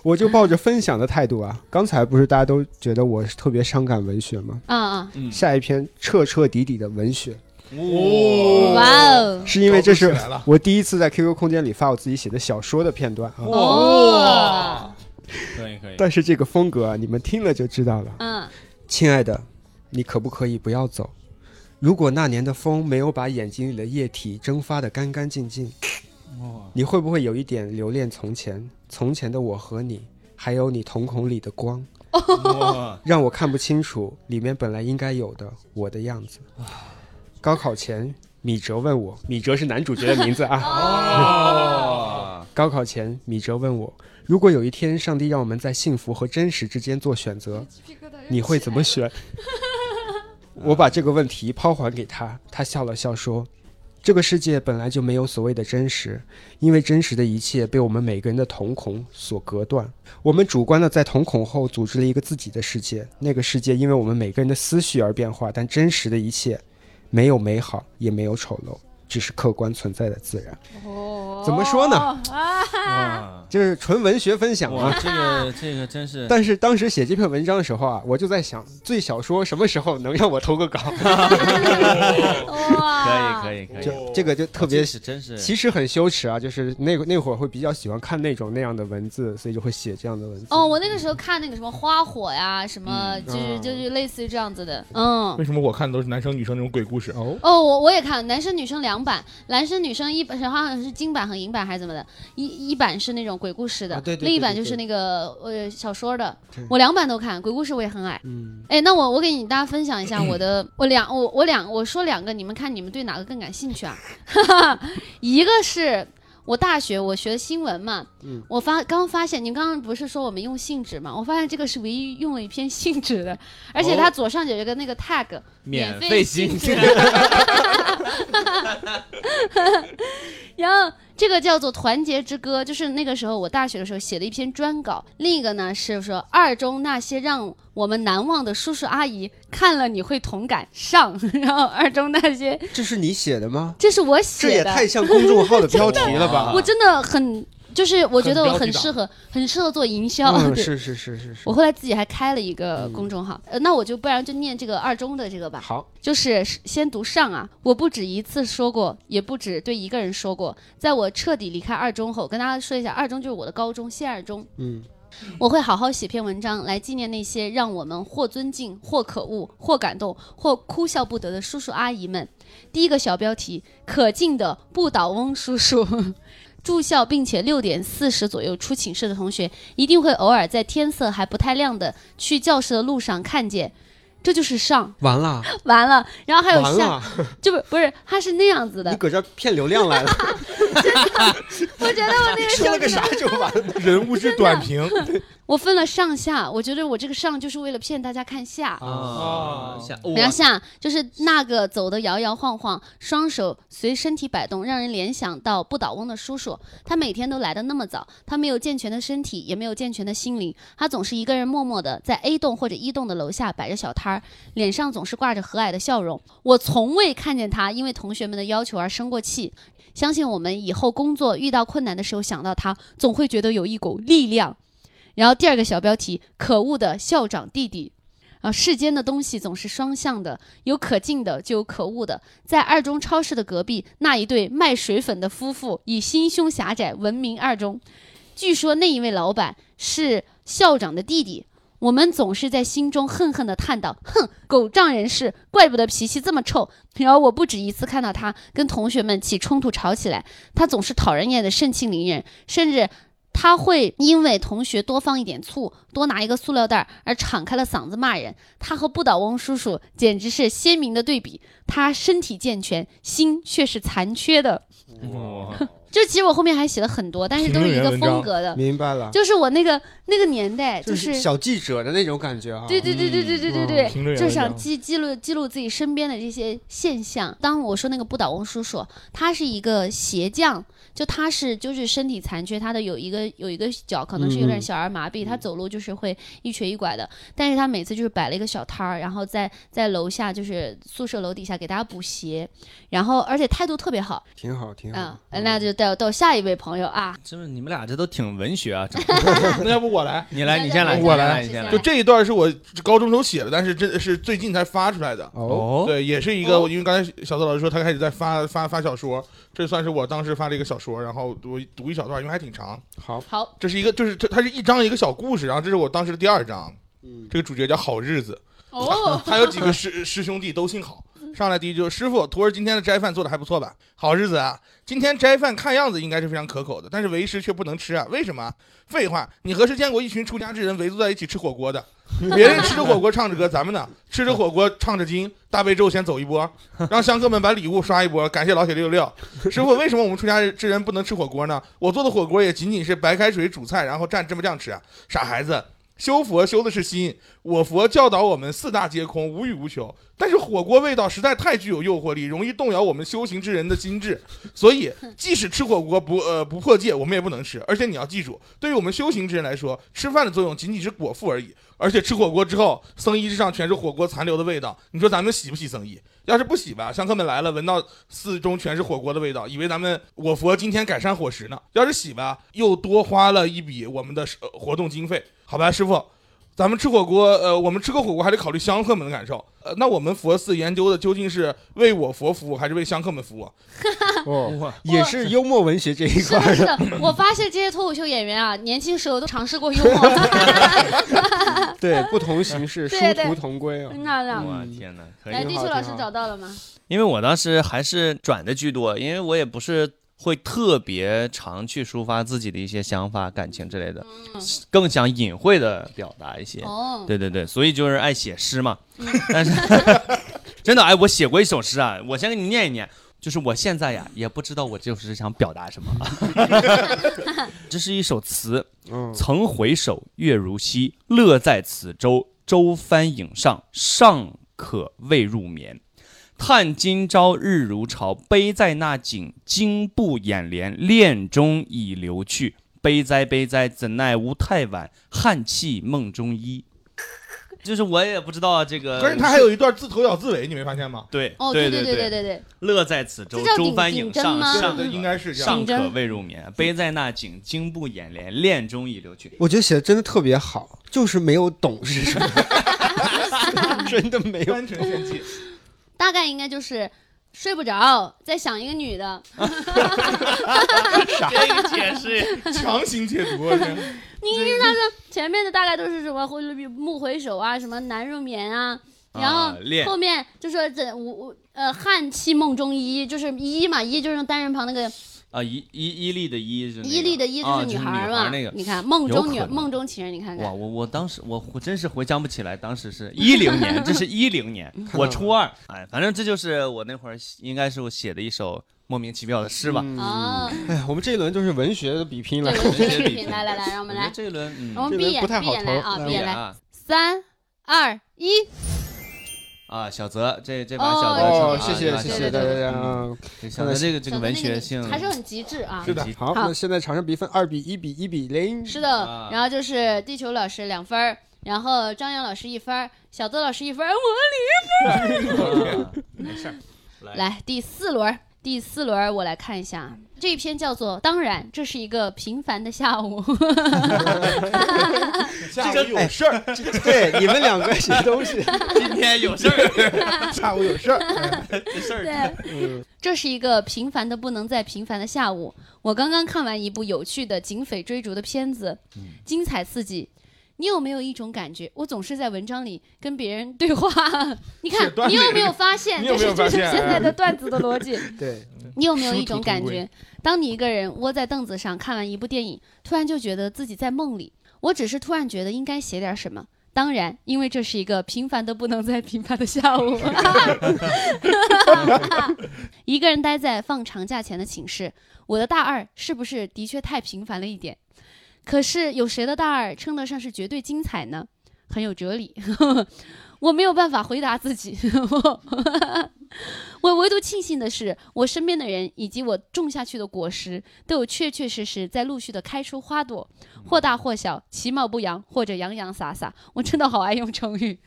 我就抱着分享的态度啊。刚才不是大家都觉得我是特别伤感文学吗？
啊啊！
嗯
下一篇彻彻底底的文学，
哦
哇哦，
是因为这是
高不起来了哦
我第一次在 QQ 空间里发我自己写的小说的片段啊。
哦，
可以可以。
但是这个风格啊，你们听了就知道了。
嗯，
亲爱的，你可不可以不要走？如果那年的风没有把眼睛里的液体蒸发得干干净净，你会不会有一点留恋从前？从前的我和你，还有你瞳孔里的光，
哇，
让我看不清楚里面本来应该有的我的样子。高考前，米哲问我，米哲是男主角的名字啊。
哦，
高考前，米哲问我，如果有一天上帝让我们在幸福和真实之间做选择，你会怎么选？ 我把这个问题抛还给他，他笑了笑说：“这个世界本来就没有所谓的真实，因为真实的一切被我们每个人的瞳孔所隔断。我们主观的在瞳孔后组织了一个自己的世界，那个世界因为我们每个人的思绪而变化，但真实的一切没有美好，也没有丑陋，只是客观存在的自然。”
哦
怎么说呢
啊，
哇，
就是纯文学分享啊
哇，。这个这个真是，
但是当时写这篇文章的时候啊，我就在想，最小说什么时候能让我投个稿？
哇，
可
以，
以可以可以，
就这个就特
啊
别
这，是真是，
其实很羞耻啊。就是那那会儿会比较喜欢看那种那样的文字，所以就会写这样的文字。
哦，我那个时候看那个什么花火呀，什么
嗯
就是就是类似于这样子的。
嗯。
为什么我看的都是男生女生那种鬼故事？啊
哦，
哦，我我也看，男生女生两版，男生女生一版，好像是金版和银版还是怎么的，一一版是那种鬼故事的，
啊对对对
另一版
对
就
对
是那个呃小说的
对。
我两版都看，鬼故事我也很爱。
嗯，
哎，那我我给你大家分享一下我 的，我两我我两我说两个，你们看你们对哪个更感兴趣啊？ 一个是我大学我学新闻嘛，
嗯
我发刚发现，你刚刚不是说我们用性质嘛？我发现这个是唯一用了一篇性质
哦
的，而且它左上角有个那个 tag，、
免
费
费性
质。 然后这个叫做《团结之歌》，就是那个时候我大学的时候写的一篇专稿。另一个呢是说二中那些让我们难忘的叔叔阿姨，看了你会同感上。 然后二中那些，
这是你写的吗？
这是我
这
写
也
的，
太像公众号的标题 了吧？
啊
我真的很，就是我觉得我
很标
很
题党
适合，很适合做营销。
嗯，
对
是是是是是
我。后来自己还开了一个公众号，呃，那我就不然就念这个二中的这个吧。
好，
就是先读上啊，我不止一次说过，也不止对一个人说过。在我彻底离开二中后，跟大家说一下，二中就是我的高中，现二中。
嗯，
我会好好写篇文章来纪念那些让我们或尊敬、或可恶、或感动、或哭笑不得的叔叔阿姨们。第一个小标题：可敬的不倒翁叔叔。 住校并且六点四十左右出寝室的同学，一定会偶尔在天色还不太亮的去教室的路上看见。这就是上
完了，
完了，然 后还有
完
下，
了，
就不不是，他是那样子
你
的。
搁这骗流量 来了，
我觉得我那个时
说
候
了个啥就完了？
人物之短评，
我分了上下，我觉得我这个上就是为了骗大家看下。
啊，
哦
下
然后下就是那个走得摇摇晃晃，双手随身体摆动，让人联想到不倒翁的叔叔。他每天都来的那么早，他没有健全的身体，也没有健全的心灵，他总是一个人默默的在 A 栋或者一 E 栋的楼下摆着小摊儿，脸上总是挂着和蔼的笑容。我从未看见他因为同学们的要求而生过气。相信我们以后工作遇到困难的时候想到他，总会觉得有一股力量。然后第二个小标题：可恶的校长弟弟。啊，世间的东西总是双向的，有可敬的，就有可恶的。在二中超市的隔壁，那一对卖水粉的夫妇以心胸狭窄闻名二中。据说那一位老板是校长的弟弟。我们总是在心中恨恨地叹道：“哼，狗仗人势，怪不得脾气这么臭。”然而我不止一次看到他跟同学们起冲突、吵起来。他总是讨人厌的盛气凌人，甚至他会因为同学多放一点醋、多拿一个塑料袋儿而敞开了嗓子骂人。他和不倒翁叔叔简直是鲜明的对比，他身体健全，心却是残缺的。
哇，
就其实我后面还写了很多，但是都是一个风格的，
明白了，
就是我那个那个年代，就
就是是小记者的那种感觉啊。
对对对对对对对对，
评论员
就
文
想
章
记记录记录自己身边的这些现象。当我说那个不倒翁叔叔，他是一个鞋匠，就他是就是身体残缺，他的有一个有一个脚可能是有
嗯
点
嗯
小儿麻痹，他走路就是会一瘸一拐的。但是他每次就是摆了一个小摊儿，然后在在楼下就是宿舍楼底下给大家补鞋，然后而且态度特别好
挺好挺好
啊、。那就到到下一位朋友啊，
这不你们俩这都挺文学啊，整
那要不我来？
你来，你先来，
我
你
来
你先
就这一段是我高中时候写的，但是真的是最近才发出来的。
哦，
哦，
对，也是一个，因为刚才小豆老师说他开始在发发发小说，这算是我当时发了一个小说，然后我读一小段，因为还挺长。
好，
好，
这是一个，就是这它是一章一个小故事，然后这是我当时的第二章，
嗯
这个主角叫好日子，
哦，
他有几个师 师兄弟都姓郝，上来第一句就是师傅，徒儿今天的斋饭做的还不错吧？好日子啊，今天斋饭看样子应该是非常可口的，但是为师却不能吃啊，为什么啊？废话，你何时见过一群出家之人围坐在一起吃火锅的？别人吃着火锅唱着歌，咱们呢吃着火锅唱着经，大悲咒先走一波，让香客们把礼物刷一波，感谢老铁六六六。师傅，为什么我们出家之人不能吃火锅呢？我做的火锅也仅仅是白开水煮菜，然后蘸芝麻酱吃啊。傻孩子，修佛修的是心，我佛教导我们四大皆空，无欲无求。但是火锅味道实在太具有诱惑力，容易动摇我们修行之人的心智，所以即使吃火锅不呃不破戒，我们也不能吃。而且你要记住，对于我们修行之人来说，吃饭的作用仅仅是果腹而已。而且吃火锅之后，僧衣之上全是火锅残留的味道，你说咱们洗不洗僧衣？要是不洗吧，香客们来了，闻到四中全是火锅的味道，以为咱们我佛今天改善伙食呢。要是洗吧，又多花了一笔我们的呃活动经费。好吧，师傅，咱们吃火锅，呃，我们吃个火锅还得考虑香客们的感受。呃，那我们佛寺研究的究竟是为我佛服务，还是为香客们服务？
哦，
哇
也是幽默文学这一
是
块
的，
儿
是
的，
的，我发现这些脱口秀演员啊，年轻时候都尝试过幽默。
对，不同形式，殊
对对嗯
途同归啊。
那那，
我天哪，可
来，
以，
地
挺
球
好
老
挺
师
好
找到了吗？
因为我当时还是转的居多，因为我也不是。会特别常去抒发自己的一些想法、感情之类的，更想隐晦的表达一些。
嗯哦，嗯
对对对，所以就是爱写诗嘛。 但是真的哎，我写过一首诗啊，我先给你念一念。就是我现在呀，也不知道我这首诗想表达 什么。 这是一首词：
嗯，
曾回首，月如西，乐在此舟，舟翻影上，尚可未入眠。叹今朝日如潮，悲在那景惊不掩帘，恋中已流去。悲哉悲哉，怎奈吾太晚，汉气梦中医。 就是我也不知道啊这个，
关键他还有一段自头咬自尾，你没发现吗？
对
哦，
对
对
对
对对对，
乐在此舟
这叫，
舟
顶
翻
顶
影
针
上
吗
上
对
可
对，应该是这样。
上
顶
可
针
未入眠，悲在那景惊不掩帘，恋中已流去。
我觉得写的真的特别好，就是没有懂是 什么，真的没有。
单纯献祭，
大概应该就是睡不着，在想一个女的，
这个解释，
强行解读。啊我天
你看他的 前面的大概都是什么回目回首啊，什么难入眠啊，然后
啊恋
后面就说这五五呃汉气梦中医，就是一嘛，一就是单人旁那个
啊，伊伊伊利的伊是那个
伊利的伊，
啊
是
女
孩儿嘛。
嘛那个。
你看梦
有
中
可
女
能
梦中情人，你看
哇，
看。
我我当时我我真是回想不起来，当时 是一零年，这是一零年，我初二，哎，反正这就是我那会儿应该是我写的一首莫名其妙的诗吧。
哦，
哎呀，我们这一轮就是文学的比拼
对，
了。
我们这个
嗯这
视
个
频
比
来来来，让我
我觉
们
得
来，
这一轮，
我
嗯，
们
这
闭
轮
眼
不太
闭
好
眼
投
来啊，
来
闭
也
眼来，
啊
三二一，
啊，小泽，这这把
哦
小泽唱
哦
的，啊
谢谢
这把
谢
小泽
谢大
唱的
家
嗯
啊！
对小泽这个这个
小的
文
那
学性
还是很极致啊。
是的
很极
好，
好
那现在场上比分二比一比一 比零。
是的
嗯
啊，
然后就是地球老师两分儿，然后张扬老师一分儿，小豆老师一分儿，我
啊没事儿，
零。来第四轮儿，第四轮儿我来看一下啊，这一篇叫做《当然》，这是一个平凡的下午。
下午
哎
有事儿，
对，你们两个写东西，
啊今天有事儿，
下午有事儿。
这事 儿
嗯
对，这是一个平凡的不能再平凡的下午。我刚刚看完一部有趣的警匪追逐的片子，
嗯
精彩刺激。你有没有一种感觉，我总是在文章里跟别人对 话？你
写
看，
段
你
子
有没有发现？
你
就
有没
是
有
就
发
是
现嗯
现在的段子的逻辑。
对，
你有没有一
殊
种
途
感
同归
觉，当你一个人窝在凳子上看完一部电影，突然就觉得自己在梦里？我只是突然觉得应该写点什么。当然，因为这是一个平凡的不能再平凡的下午。 一个人待在放长假前的寝室，我的大二是不是的确太平凡了一点？可是有谁的大二称得上是绝对精彩呢？很有哲理， 我没有办法回答自己。 我唯独庆幸的是，我身边的人以及我种下去的果实，都有确确实实在陆续的开出花朵，
嗯
或大或小，其貌不扬或者洋洋洒洒。我真的好爱用成语。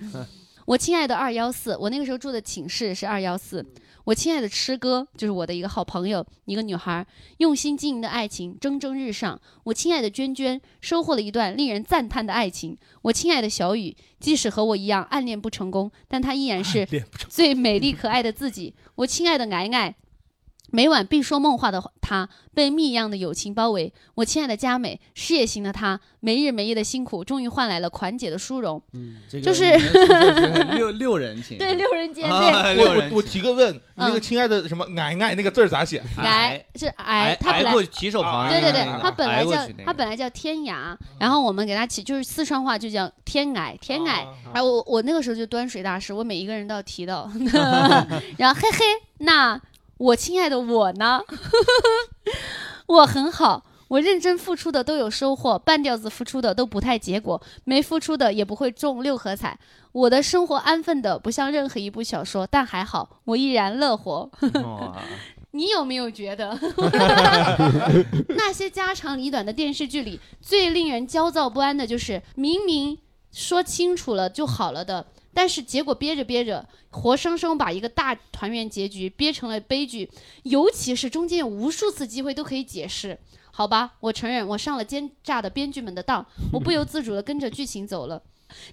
我亲爱的二幺四，我那个时候住的寝室是二幺
嗯
四。我亲爱的痴哥，就是我的一个好朋友，一个女孩，用心经营的爱情蒸蒸日上。我亲爱的娟娟，收获了一段令人赞叹的爱情。我亲爱的小雨，即使和我一样暗恋不成功，但她依然是
练不成。
最美丽可爱的自己。我亲爱的奶奶，每晚必说梦话的她，被蜜一样的友情包围。我亲爱的佳美，事业型的她，没日没夜的辛苦，终于换来了款姐的殊荣。
这个
就是
你们宿舍是六六人寝，
对，六人间对。
啊，
我
六人
我我
寝
提个问，你那个亲爱的什么奶奶那个字儿咋写？
嗯
癌是癌
挨，
他本
挨
来
过提手旁，
对对对
那个，
他本来
啊挨过
叫
去那个
他本来叫天涯，然后我们给他起就是四川话就叫天涯天涯。
啊
然哎后我我那个时候就端水大师，我每一个人都要提到，然后嘿嘿，那我亲爱的我呢？ 我很好。我认真付出的都有收获，半吊子付出的都不太结果，没付出的也不会中六合彩。我的生活安分的不像任何一部小说，但还好我依然乐活。
哇
你有没有觉得那些家长里短的电视剧里，最令人焦躁不安的就是明明说清楚了就好了的，但是结果憋着憋着，活生生把一个大团圆结局憋成了悲剧。尤其是中间有无数次机会都可以解释。好吧，我承认我上了奸诈的编剧们的当，我不由自主的跟着剧情走了。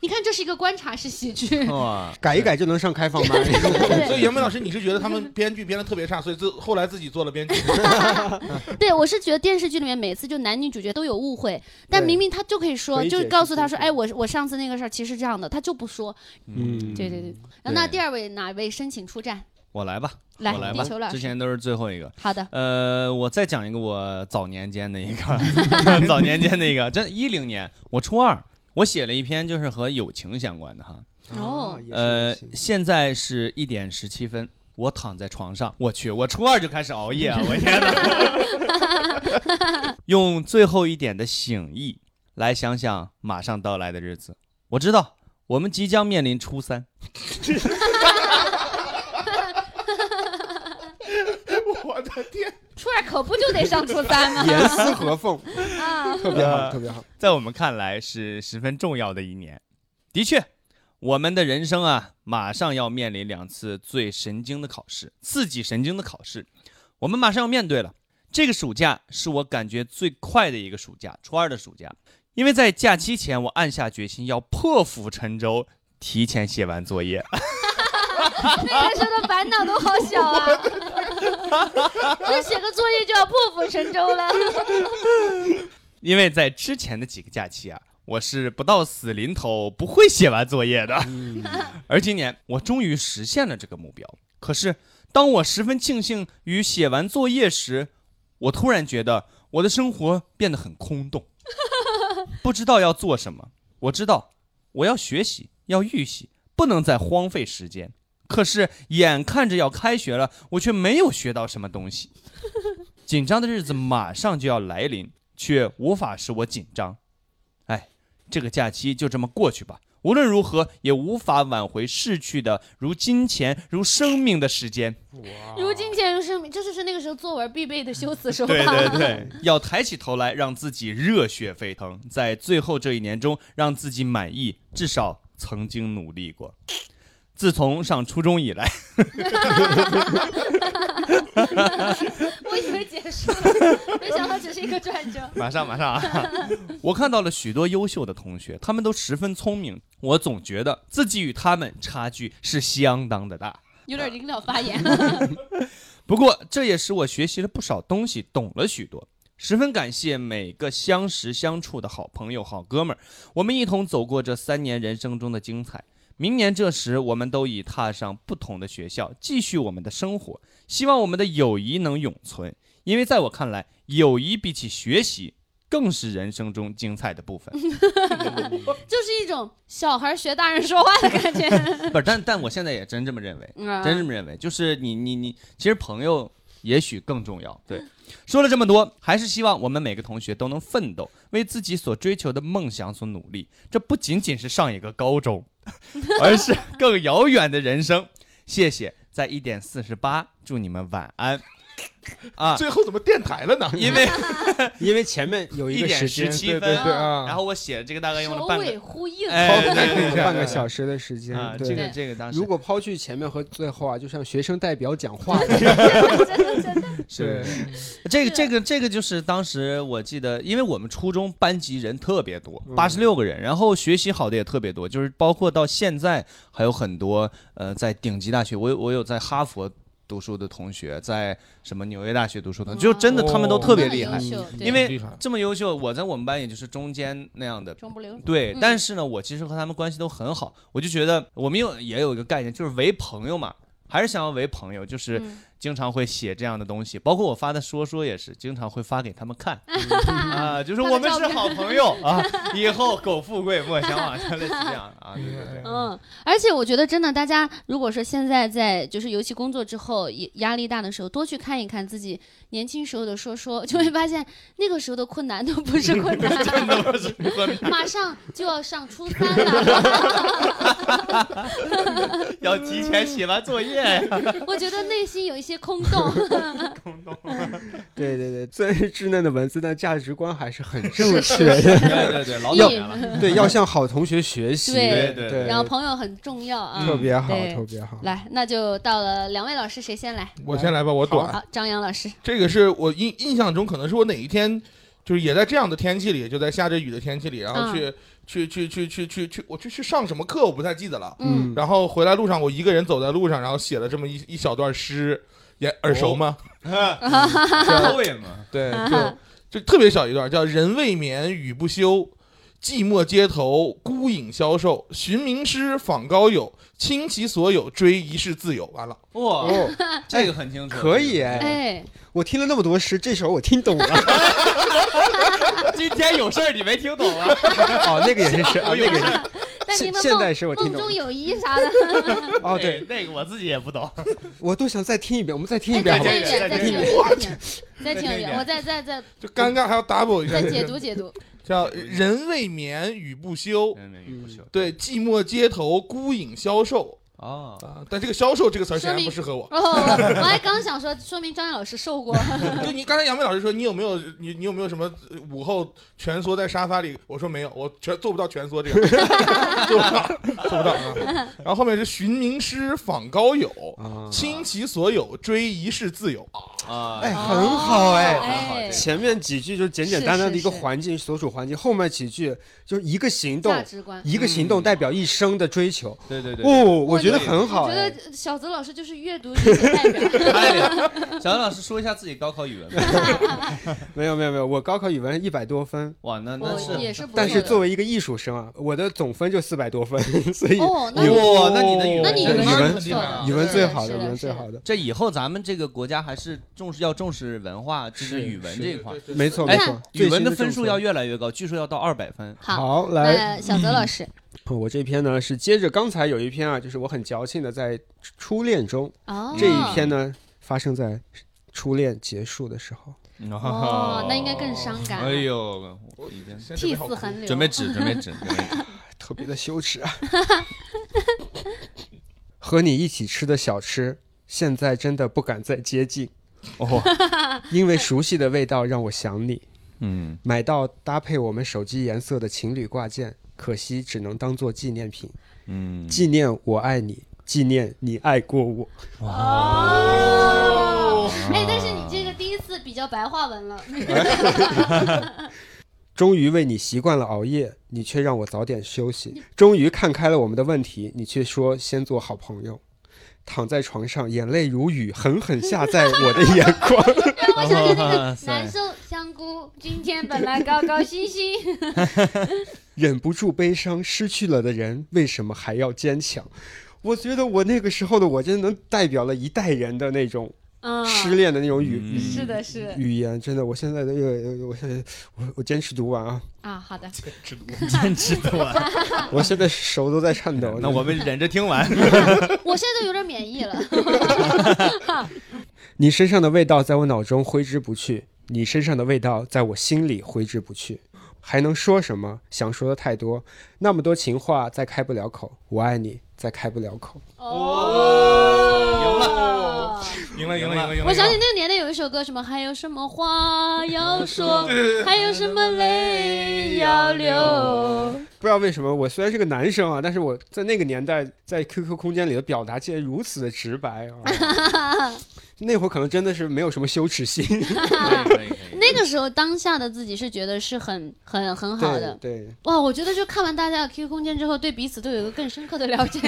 你看，这是一个观察式喜剧。
哇，
改一 改就能上开放班。
嗯
所以杨梅老师，你是觉得他们编剧编的特别差，所以自后来自己做 了编剧？
对，我是觉得电视剧里面每次就男女主角都有误会，但
对
明明他就可以说，
可以
就是
解释
告诉他
清
说，
楚
哎，我我上次那个事儿其实这样的，他就不说。
嗯，
对对对。然后那
对
第二位哪位申请出战？
我来吧，
来
我来
地
吧，
球老
之
师。
前都是最后一个。
好的，
呃，我再讲一个我早年间的一个， 早年间的一个，真一零年，我初二，我写了一篇就是和友情相关的哈。
哦
啊
呃，
也是
现在是一点十七分，我躺在床上，我去，我初二就开始熬夜啊， 我天哪！ 用最后一点的醒意来想想马上到来的日子，我知道我们即将面临初三。
我的天！
初二可不就得上初 三吗？
严丝合缝，
啊，
特别好，特别好。
在我们看来是十分重要的一年。的确，我们的人生啊，马上要面临两次最神经的考试，刺激神经的考试，我们马上要面对了。这个暑假是我感觉最快的一个暑假，初二的暑假，因为在假期前我暗下决心要破釜沉舟，提前写完作业。
那个时候的烦恼都好小啊， 这写个作业就要破釜沉舟了。
哦因为在之前的几个假期啊，我是不到死临头不会写完作业的。 而今年我终于实现了这个目标。可是，当我十分庆幸于写完作业时，我突然觉得我的生活变得很空洞，不知道要做什么。我知道我要学习，要预习，不能再荒废时间。可是眼看着要开学了，我却没有学到什么东西。紧张的日子马上就要来临，却无法使我紧张。哎，这个假期就这么过去吧。无论如何，也无法挽回逝去的如金钱、如生命的时间。
如今见如生命，这就是那个时候作文必备的修辞啊手法。
对对对，要抬起头来，让自己热血沸腾，在最后这一年中让自己满意，至少曾经努力过。自从上初中以来，
我以为结束了，没想到只是一个转折。
马上马上啊！ 我看到了许多优秀的同学，他们都十分聪明，我总觉得自己与他们差距是相当的大。
有点领导发言。
不过这也使我学习了不少东西，懂了许多。十分感谢每个相识相处的好朋友、好哥们儿，我们一同走过这三年人生中的精彩。明年这时，我们都已踏上不同的学校，继续我们的生活。希望我们的友谊能永存，因为在我看来，友谊比起学习，更是人生中精彩的部分。
就是一种小孩学大人说话的 感觉。嗯
不是，但但我现在也真这么认为。
啊
真这么认为，就是你你你，其实朋友也许更重要。对， 说了这么多，还是希望我们每个同学都能奋斗，为自己所追求的梦想所努力。这不仅仅是上一个高中， 而是更遥远的人生。谢谢，在一点四十八，祝你们晚安。啊，
最后怎么电台了呢？
因为
因为前面有
一
一个
点
时
十
间，
七
对
分，
对
对啊
然后我写这个大概用了
首
半
尾
个
呼应，
哎
包括
对对对
半个小时的时间
啊，，这个
对。
这个当时
如果抛去前面和最后啊，就像学生代表讲话，
真的真的，
是这个这个这个就是当时我记得，因为我们初中班级人特别多，八十六个人，然后学习好的也特别多，就是包括到现在还有很多呃在顶级大学，我有我有在哈佛读书的同学，在什么纽约大学读书的同学，就真的他们都特别厉害，
很优秀对
因为
厉害
这么优秀，我在我们班也就是中间那样的。
中不溜。
对
嗯，
但是呢，我其实和他们关系都很好，我就觉得我们有也有一个概念，就是为朋友嘛，还是想要为朋友，就是
嗯
经常会写这样的东西，包括我发的说说也是，经常会发给他们 看啊，就是我们是好朋友啊，以后苟富贵莫相忘，就类似这样啊，对对对。
嗯，而且我觉得真的，大家如果说现在在就是尤其工作之后也压力大的时候，多去看一看自己年轻时候的说说，就会发现那个时候的困难都不是 困难，马上就要上初三 了。
要提前写完作业呀、
我觉得内心有一些空洞。
对对对，虽然是稚嫩的文字，但价值观还 是很正确的。
对对对，老
要
早了。
对，要向好同学学习。
对
对
对，
然后朋友很重要啊。
嗯
特别好，
对
特别好。
来，那就到了两位老师谁先来？
我先来吧，我短。
好，张扬老师。
这个是我印印象中，可能是我哪一天，就是也在这样的天气里，就在下着雨的天气里，然后
嗯
去、去去去去去去，我去去上什么课，我不太记得了。
嗯，
然后回来路上，我一个人走在路上，然后写了这么一一小段诗，也耳熟吗？
对
嗯
嗯嘛，
对，
嗯
就就特别小一段，叫“人未眠，雨不休，寂寞街头，孤影消瘦，寻名师，访高友，倾其所有，追一世自由。”完了，
哇，
哦，
这个很清楚，
可以哎！
哎，
我听了那么多诗，这首我听懂了。
今天有事儿你没听懂啊？
哦，那个也是诗，啊，那个也是
但你
现
们
现代
梦
诗我听
梦
懂
中
了。
有一啥的，
哦，对，，
那个我自己也不懂。
我都想再听一遍，我们再听 一
哎，
遍
再
好吗
听一？
好吧
遍，再听一遍，再听一遍再听一遍，我再再再
就尴尬，还要 double 一下
再，解读解读。
叫“人未眠，雨不休”。
嗯，不朽
对，寂寞街头，孤影消瘦
哦，
啊！但这个“消瘦”这个词儿显
说
然
明
不适合我。
哦，我我还刚想说，说明张扬老师受 过。哦
就你刚才杨梅老师说，你有没有你你有没有什么呃午后蜷缩在沙发里？我说没有，我全做不到蜷缩这个，做不到，做不到啊。然后后面是寻名师，访高友，
啊，
倾其所有，追一世自由。
啊，
哎，很好哎。
哎，
前面几句就简简单单的一个
是是是
环境所属环境，后面几句就是一个行动
价，值嗯观。
一个行动代表一生的追求。
对对对，
哦，我觉得很好
我觉
哎。
得小泽老师就是阅读理解代 表。
哎呀小杨老师说一下自己高考语文吧。
没有没有没有，我高考语文一百多分，
哦
哇，那那是
我也是不错的，
但是作为一个艺术生啊，我的总分就四百多分， 所以
哦，那
语
你
哇，那你的语
那你语
语文
文
很
是
厉
不
害
错的
啊
语文最
是的
好的，
是
语文最
是的
好的，
这以后咱们这个国家还是重视要重视文化，就是
是
语文这一块儿。
没错
哎
没错。
语文
最新
的分
的政
数
策
要越来越高，据说要到二百分。
好，
好来，
那小泽老师
我这篇呢是接着刚才有一篇啊，就是我很矫情的在初恋中，
哦，
嗯这一篇呢发生在初恋结束的时候。
哦，那应该更伤感了，
哎呦，我已经
现在
涕
好
泗
哭
横流。
准备纸，准备纸，准备 纸。
特别的羞耻啊！和你一起吃的小吃，现在真的不敢再接近，
哦，
因为熟悉的味道让我想你。
嗯，
买到搭配我们手机颜色的情侣挂件，可惜只能当做纪念品，
嗯，
纪念我爱你，纪念你爱过我。
哦，哎，但是你这个第一次比较白话文了，
终于为你习惯了熬夜，你却让我早点休 息。终于看开了我们的问题，你却说先做好朋友。躺在床上，眼泪如雨，狠狠下在我的眼眶。
让我想起那
哇
个
塞
难受香菇，今天本来高高兴兴，
忍不住悲伤，失去了的人为什么还要坚强？我觉得我那个时候的我，真的能代表了一代人的那种
嗯，
失恋的那种语、
嗯
语
是的，是的
语言，真的，我现在的，呃我现在我我坚持读完 啊，
啊，好的，
坚持的完。
我现在手都在颤抖。
那我们忍着听完。
我现在都有点免疫了，
你身上的味道在我脑中挥之不去，你身上的味道在我心里挥之不去，还能说什么？想说的太多，那么多情话再开不了口。我爱你，再开不了口。
哦，赢了，赢了，赢了，赢了，赢了！
我想起那个年代有一首歌，什么还有什么话要说，还有什么泪要流。
不知道为什么，我虽然是个男生啊，但是我在那个年代在 QQ 空间里的表达竟然如此的直白啊！ 那会儿可能真的是没有什么羞耻心，
可以可以可以
啊 那个时候当下的自己是觉得是很很很好的
对。对，
哇，我觉得就看完大家的 QQ 空间之后，对彼此都有一个更深刻的了解。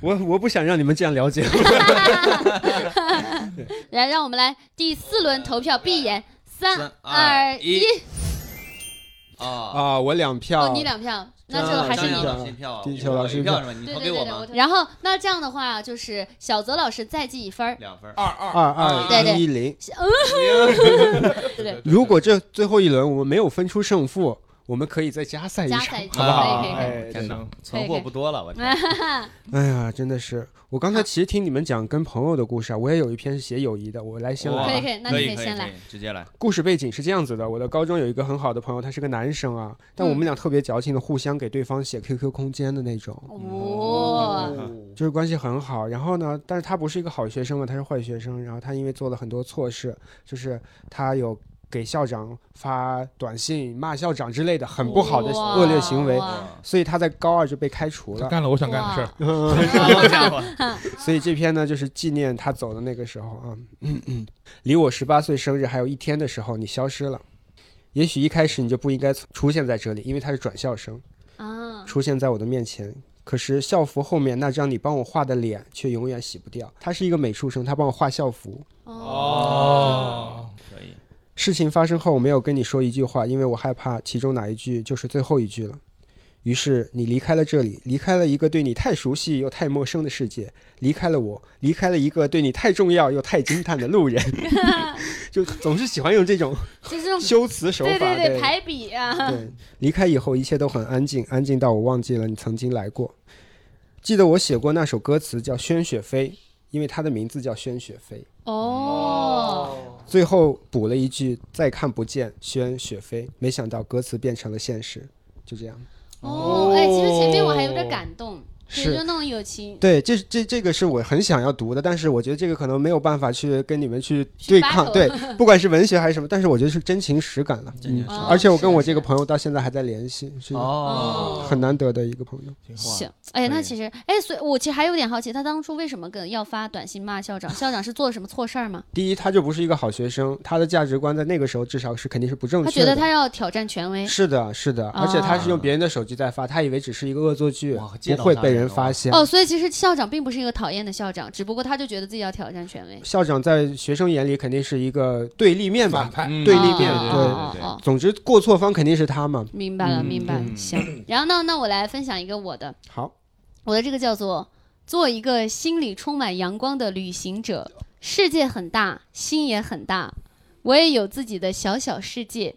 我我不想让你们这样了解我。
来，让我们来第四轮投票，闭眼，三哦
三
二
二
一
一。啊，
啊，我两票，
哦，你两票，那
这
这个
个还
还
是
是
你
你
张。
嗯
扬
老师一票啊，
地球老师
我
一
一
票
票是吧？你
对
投
对
给
对
我
对，我
吗？
投然后那这样的话，就是小泽老师再记一分儿。
两分儿，
二二
二
哦
二一零。
对对，
如果这最后一轮我们没有分出胜负，我们可以再加赛一
加
场，
赛一
好
场
不好？
可以可以可以嗯
天
哎，对
哪，存货不多了，我天。
哎呀，真的是！我刚才其实听你们讲跟朋友的故事啊，我也有一篇是写友谊的，我来先
哇
可
来吧
以。可以那你可以先来，
直接来。
故事背景是这样子的：我的高中有一个很好的朋友，他是个男生啊，但我们俩特别矫情的，互相给对方写 QQ 空间的那种，
哦
哇，
就是关系很好。然后呢，但是他不是一个好学生嘛，他是坏学生。然后他因为做了很多错事，就是他有给校长发短信骂校长之类的很不好的
哇
恶劣行为，
哇
所以他在高二就被开除 了。
干了我想干的事儿，
好家伙，
所以这篇呢，就是纪念他走的那个时候啊。嗯嗯，离我十八岁生日还有一天的时候，你消失了。也许一开始你就不应该出现在这里，因为他是转校生，
啊，
出现在我的面前。可是校服后面那张你帮我画的脸却永远洗不掉。他是一个美术生，他帮我画校服。
嗯
哦，
可以，
事情发生后，我没有跟你说一句话，因为我害怕其中哪一句就是最后一句了。于是你离开了这里，离开了一个对你太熟悉又太陌生的世界，离开了我，离开了一个对你太重要又太惊叹的路人， 就总是喜欢用这种
就是这种
修辞手法。
对对
对
对排比啊，
对，离开以后一切都很安静，安静到我忘记了你曾经来过。记得我写过那首歌词叫《宣雪飞》，因为她的名字叫宣雪飞。
哦，
最后补了一句“再看不见轩雪飞”，没想到歌词变成了现实，就这样。
哦，哎，其实前面我还有点感动，对
是
就那种友情。
对，这这这个是我很想要读的，但是我觉得这个可能没有办法去跟你们去对抗，
battle
对，不管是文学还是什么，但是我觉得是真情实感了。嗯
真情啊
实感
而且我
是
跟
的
我
啊是
这个
的
朋友到现在还在联系，是一个
哦，
很难得的一个朋友。
嗯
行，哎，那
对
其实，哎，所以我其实还有点好奇，他当初为什么跟要发短信骂校长？校长是做了什么错事儿吗？
第一，他就不是一个好学生，他的价值观在那个时候至少是肯定是不正
他
确
觉
的。
得他哦要挑战权威，
是的，是的，而且他是用别人的手机在发，他以为只是一个恶作剧
哇，见
不
到
会
他
被
人
人
了
发
哇
现。
哦，所以其实校长并不是一个讨厌的校长，只不过他就觉得自己要挑战权威。
校长在学生眼里肯定是一个对立面吧
反，派，
对立面
哦
对嗯
哦哦哦
总之过错方肯定是他嘛。
明白了，明白了，行。然后呢，那我来分享一个我的，
好，
我的这个叫做做一个心里充满阳光的旅行者。世界很大，心也很大，我也有自己的小小世界。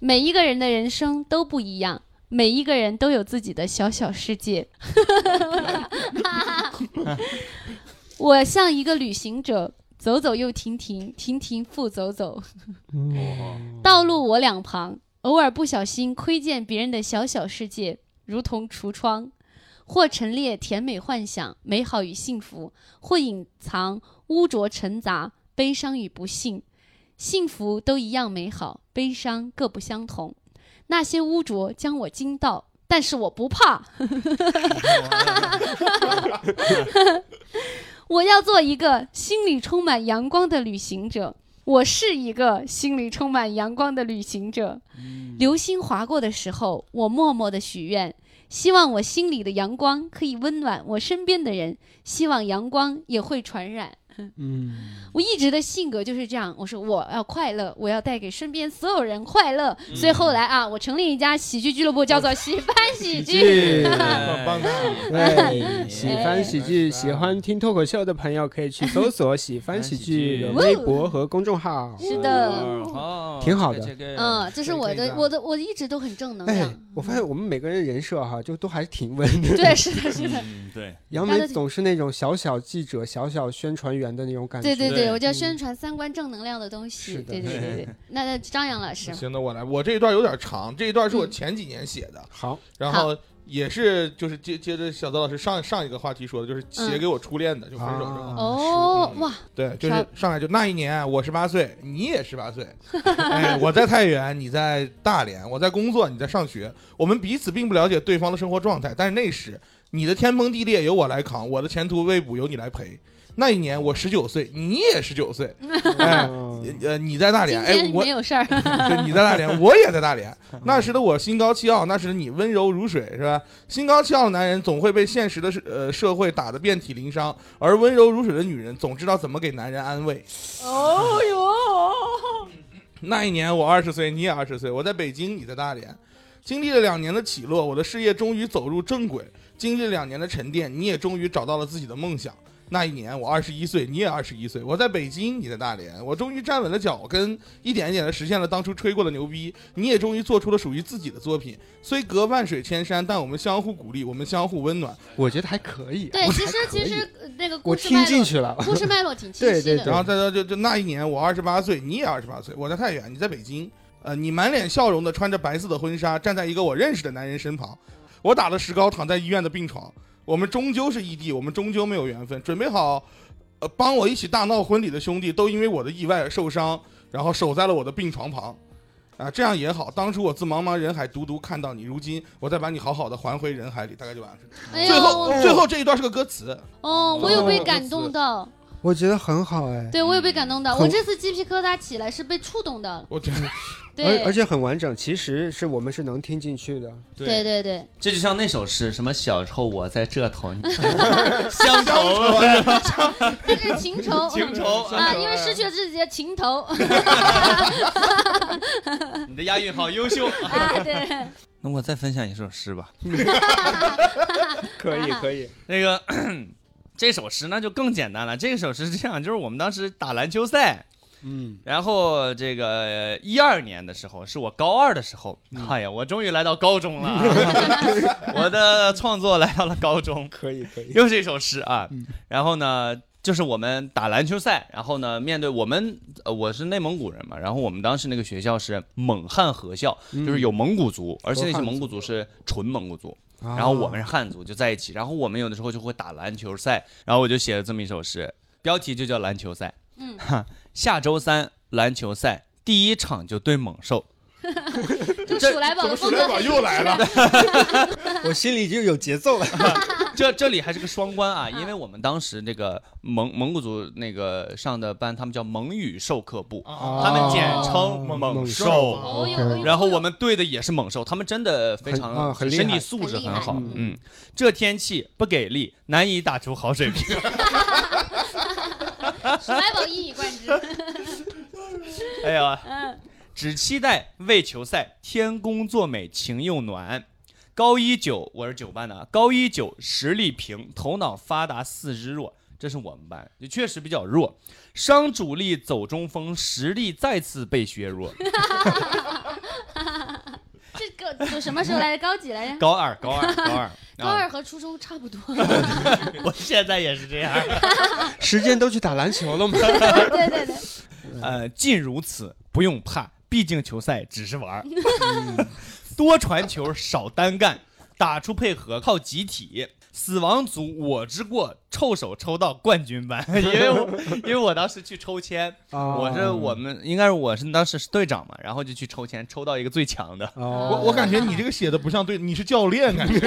每一个人的人生都不一样，每一个人都有自己的小小世界。 我像一个旅行者，走走又停停，停停复走走。道路我两旁，偶尔不小心窥见别人的小小世界，如同橱窗。或陈列甜美幻想、美好与幸福，或隐藏污浊陈杂、悲伤与不幸。幸福都一样美好，悲伤各不相同。那些污浊将我惊到，但是我不怕。 我要做一个心里充满阳光的旅行者。我是一个心里充满阳光的旅行者。流星划过的时候，我默默的许愿，希望我心里的阳光可以温暖我身边的人，希望阳光也会传染。
嗯，
我一直的性格就是这样，我说我要快乐，我要带给身边所有人快乐。所以后来啊，我成立一家喜剧俱乐部，叫做喜翻喜剧。
剧，
棒棒的，
对，喜
嗯
欢喜剧，喜欢听脱口秀的朋友可以去搜索喜欢哎喜剧的微博和公众号。
是的，
哦
挺好的
这个
嗯，这是我
可以
的，
的
我的，我一直都很正能
哎
量。，
我发现我们每个人人设哈，就都还挺稳的。
对，是的，是的，
嗯，对，
杨梅总是那种小小记者、小小宣传员的那种感觉。
对对对，
对
我就要宣传三观正能量的东西。
嗯是的
对对对 对，那那张扬老师，嗯
行，那我来，我这一段有点长，这一段是我前几年写的，
好，
然后也是就是接接着小泽老师上上一个话题说的，就是写给我初恋的、就分手是吧？
哦哇，
嗯
对，就是
上
上来就那一年我十八岁，你也十八岁，哎，我在太原，你在大连，我在工作，你在上学，我们彼此并不了解对方的生活状态，但是那时你的天崩地裂由我来扛，我的前途未卜由你来陪。那一年我十九岁，你也十九岁，哎，
嗯
呃，你在大
今
连，哎，
天
我
没有事儿，
对，你在大连，我也在大连。那时的我心高气傲，那时你温柔如水，是吧？心高气傲的男人总会被现实的社呃社会打得遍体鳞伤，而温柔如水的女人总知道怎么给男人安慰。
哦哟，
那一年我二十岁，你也二十岁，我在北京，你在大连。经历了两年的起落，我的事业终于走入正轨。经历了两年的沉淀，你也终于找到了自己的梦想。那一年我二十一岁，你也二十一岁，我在北京，你在大连，我终于站稳了脚跟，一点一点的实现了当初吹过的牛逼。你也终于做出了属于自己的作品。虽隔万水千山，但我们相互鼓励，我们相互温暖。
我觉得还可以。
对，
我
其
还
实
可
其
以
实呃那个
我
故事
听
脉
进
络，
去了，
故事脉络挺清
对
晰
对
的。
对
然后再到就就那一年我二十八岁，你也二十八岁，我在太原，你在北京。呃，你满脸笑容的穿着白色的婚纱，站在一个我认识的男人身旁。我打了石膏，躺在医院的病床。我们终究是异地，我们终究没有缘分。准备好，呃，帮我一起大闹婚礼的兄弟都因为我的意外而受伤，然后守在了我的病床旁。啊，这样也好。当初我自茫茫人海独独看到你，如今我再把你好好的还回人海里，大概就完了。
哎
最后，
呦，
最后这一段是个歌词。
哦，我有被感动到，
我觉得很好哎，
对我有被感动到，
嗯很
我这次鸡皮疙瘩起来是被触动到了。
我觉得
对
而，而且很完整，其实是我们是能听进去的。
对对对，
这就像那首诗，什么小丑我在这头， 你乡愁
我
这是情 仇，
情仇
啊，因为失去了自己的情头
你的押韵好优 秀。
啊，对，
那我再分享一首诗吧。
可
啊
以可以，
那个这首诗那就更简单了。这首诗是这样，就是我们当时打篮球赛，
嗯，
然后这个一二年的时候，是我高二的时候。哎呀，我终于来到高中了啊， 我的创作来到了高中。
可以可以。
又是一首诗啊。然后呢，就是我们打篮球赛，然后呢，面对我们，呃，我是内蒙古人嘛，然后我们当时那个学校是蒙汉合校，就是有蒙古族，而且那些嗯蒙古族是纯蒙古族。然后
哦
我们是汉族，就在一起。然后我们有的时候就会打篮球赛，然后我就写了这么一首诗，标题就叫《篮球赛》。
嗯
哈，下周三篮球赛第一场就对猛兽，
就鼠来宝的风格
又来了。
我心里就有节奏了。
这这里还是个双关啊，因为我们当时那个蒙蒙古族那个上的班，他们叫蒙语授课部，
哦
他们简称
哦
蒙
兽
哦哟，哦哟
然后我们对的也是猛兽，他们真的非
很啊
常
很厉害
身体素质很好，
很厉害
嗯，这天气不给力，难以打出好水平。
鼠来宝一以贯之，
哎呀，
嗯
只期待为球赛天公作美，情又暖。高一九，我是九班的啊，高一九实力平，头脑发达四肢弱，这是我们班，就确实比较弱。伤主力走中锋，实力再次被削 弱。
这个就什么时候来的高几 来
啊
着？
高二，高二，高二，
高
啊
二和初中差不多，
我现在也是这样。
时间都去打篮球了吗？
对对对，
呃，尽如此，不用怕，毕竟球赛只是玩儿，多传球，少单干，打出配合靠集体。死亡组我之过，臭手抽到冠军班， 因为我因为我当时去抽签，
啊
我是我们应该是我是当时是队长嘛，然后就去抽签，抽到一个最强的
我
哦，
我感觉你这个写的不像对，你是教练感觉。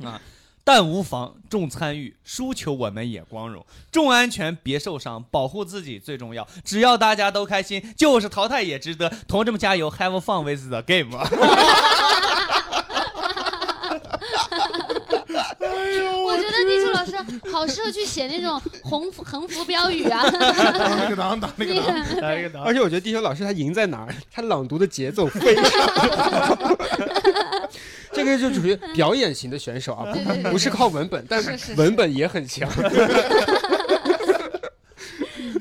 啊。但无妨，重参与，输球我们也光荣，重安全，别受伤，保护自己最重要。只要大家都开心，就是淘汰也值得。同志们加油，Have fun with the game。
我觉得地球老师好适合去写那种横幅横幅标语啊，
打那个 档，打那个档。
而且我觉得地球老师他赢在哪儿？他朗读的节奏非常好。 这个就属于表演型的选手啊，
对对对
不不是靠文本，但
是是
文本也很强，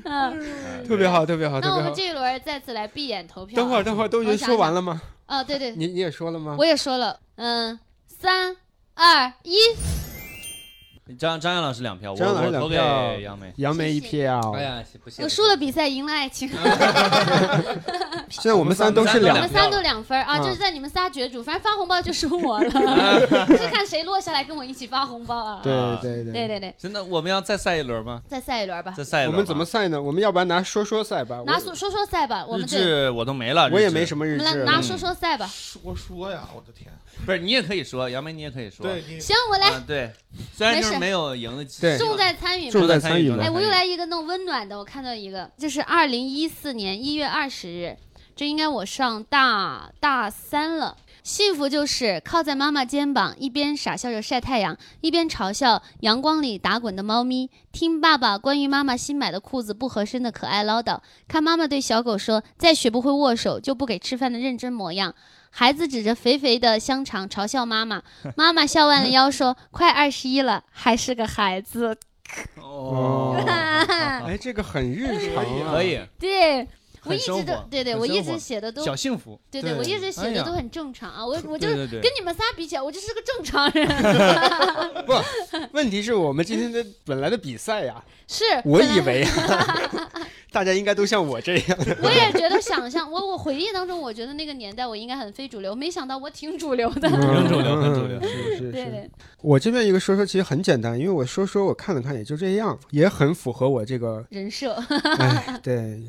嗯，
特别好，特别好，特
那我
别
们
好。
这一轮再次来闭眼投票啊。
等会儿，等会儿，都已经说完了吗？
啊，对对，
你你也说了吗？
我也说了，嗯，三二一，
张张扬老师两票，我
张扬老师
我投给
两票
杨梅。
哎
杨梅一票，
哎呀，不行，
我输了比赛，赢了爱情。
现在我们仨都是
我
我
两
们仨都两分儿啊，
嗯
就是在你们仨角逐，反正发红包就是我 了，就是看谁落下来跟我一起发红包啊。
对
啊
对
对对对，
真的，我们要再赛一轮吗？
再赛一轮吧，
再赛一
我
轮吧。
们怎么赛呢？我们要不然拿说说赛吧。
拿
我
说说说赛吧，我
日
们对，
志我都没了，
我也没
么。
什么
我
日
们
志
来
了
拿。说说赛吧。
说说呀，我的天，
不是，你也可以说，杨梅你也可以说。
对，你
行，我来，
啊，对，虽然
没
就
事
是没有赢的机
对
会，
重在参与嘛。
重在参与
重在
哎，
参
了。
与
我又来一个弄温暖的，我看到一个，这是二零一四年一月二十日，这应该我上大大三了。幸福就是靠在妈妈肩膀，一边傻笑着晒太阳，一边嘲笑阳光里打滚的猫咪，听爸爸关于妈妈新买的裤子不合身的可爱唠叨，看妈妈对小狗说再学不会握手就不给吃饭的认真模样。孩子指着肥肥的香肠嘲笑妈妈，妈妈笑弯了腰说：“快二十一了，还是个孩子。”
哦，
啊，
哎，这个很日常啊。
可以，
对。我一
很生
直都
活
对对，
很
我一
生
直
活
写的都
小幸福。
对对，我一直写
哎
的
呀
都很正常啊。我我就
对
是
对对
跟，你们仨比起来，我就是个正常人。
问题是我们今天的本来的比赛 呀，
是，
我
本来
以为啊 大家应该都像我这样。
我也觉得想象，我我回忆当中，我觉得那个年代我应该很非主流，没想到我挺主流的。
很主流很主流
是是
对
是。
对，
我这边一个说说其实很简单，因为我说说我看了看也就这样，也很符合我这个。
人设
哎，对，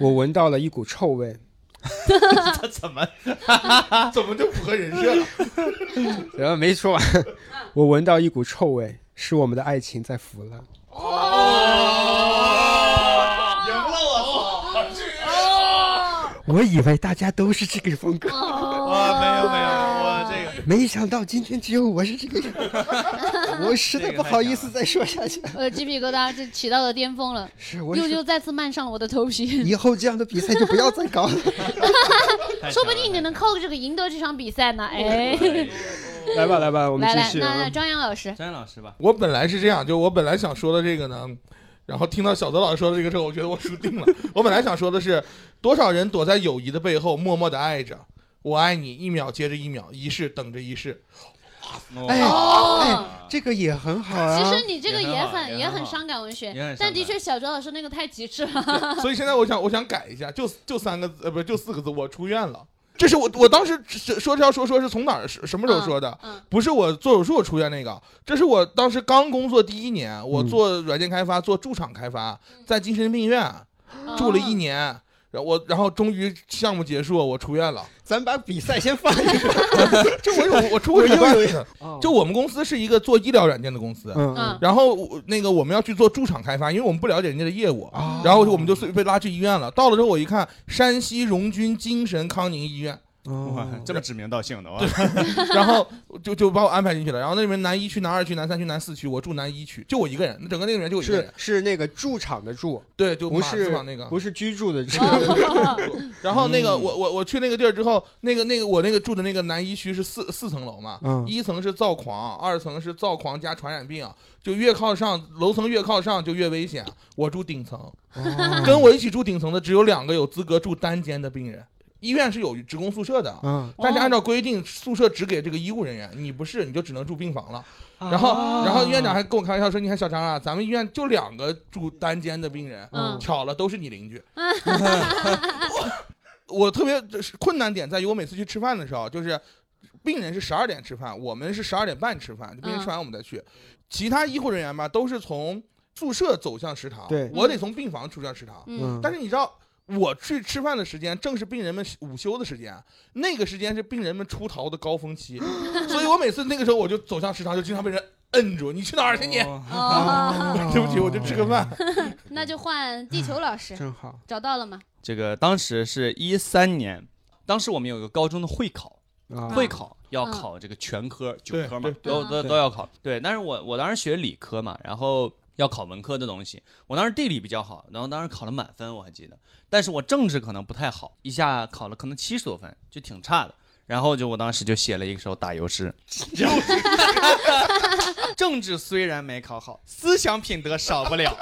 我闻到了一股臭味。
他怎么
啊怎么就符合人设了？
然
嗯
后没说完，我闻到一股臭味，是我们的爱情在腐烂。
赢了我操！
我以为大家都是这个风格，
啊，没有没有，我这个
没想到今天只有我是这个样。我实在不好意思再说下去。
我的呃鸡皮疙瘩就起到了巅峰了，
是我
又
是
又再次漫上了我的头皮。
以后这样的比赛就不要再搞了。
说不定你能靠这个赢得这场比赛呢。哎，
来吧，来吧，我们
来
继
来，
续
那那
啊。
张扬老师，
张老师吧？
我本来是这样，就我本来想说的这个呢，然后听到小泽老师说的这个之后，我觉得我输定了。我本来想说的是，多少人躲在友谊的背后，默默的爱着。我爱你，一秒接着一秒，一世等着一世。
哎
哦
哎，这个也很好啊。
其实你这个
也很
也
好
很
也
也
很
很
好
伤感文学
也很，
但
伤
的
感
确小周老师那个太极致了。
所以现在我想，我想改一下，就就三个字，呃，不是就四个字，我出院了。这是我我当时说说这条说说是从哪儿什什么时候说的？
嗯
不是我做手术出院那个，这是我当时刚工作第一年，我
嗯
做软件开发，做驻场开发，
嗯
在精神病院
哦
住了一年，然后我然后终于项目结束，我出院了。
咱把比赛先放一放。
这我有我出过
我又
什么
有
办法？ 就我们公司是一个做医疗软件的公司，
嗯
嗯
嗯
然后我那个我们要去做驻场开发，因为我们不了解人家的业务，
啊
然后我们就被拉去医院了。到了之后我一看，山西荣军精神康宁医院，
哇
哦，
这么指名道姓的哇！
然后就就把我安排进去了。然后那里面南一区、南二区、南三区、南四区，我住南一区，就我一个人，整个那里面就我一个
是
人。
是那个驻场的驻，
对，就
不
马字
是
旁那个。哦
不嗯是居住的住。
然后那个我我我去那个地儿之后，那个那个我那个住的那个南一区是四四层楼嘛，
嗯
一层是躁狂，二层是躁狂加传染病，啊就越靠上楼层越靠上就越危险。我住顶层，
嗯
跟我一起住顶层的只有两个有资格住单间的病人。医院是有职工宿舍的，
嗯，
但是按照规定，宿舍只给这个医务人员，你不是你就只能住病房了。然
啊
后，然后院长还跟我开玩笑说：“你看小张啊，咱们医院就两个住单间的病人，
嗯
巧了都是你邻居。我”我特别就是困难点在于，我每次去吃饭的时候，就是病人是十二点吃饭，我们是十二点半吃饭，就病人吃完我们再去。其他医护人员吧，都是从宿舍走向食堂，
对
我得从病房出向食堂。
哦
嗯，
但是你知道，我去吃饭的时间正是病人们午休的时间，啊那个时间是病人们出逃的高 峰期，所以我每次那个时候我就走向食堂，就经常被人摁住，你去哪儿去你？
哦，
对不起，我就吃个饭。
那就换地球老师，
真好。
找到了吗？
这个当时是一三年，当时我们有个高中的会考，
啊
会考要
嗯
考这个全科九
对
科嘛
对，
都
嗯
都
对
都要考。对，但是我我当时学理科嘛，然后要考文科的东西，我当时地理比较好，然后当时考了满分，我还记得，但是我政治可能不太好，一下考了可能七十多分，就挺差的。然后就我当时就写了一首打油 诗，政治虽然没考好，思想品德少不了。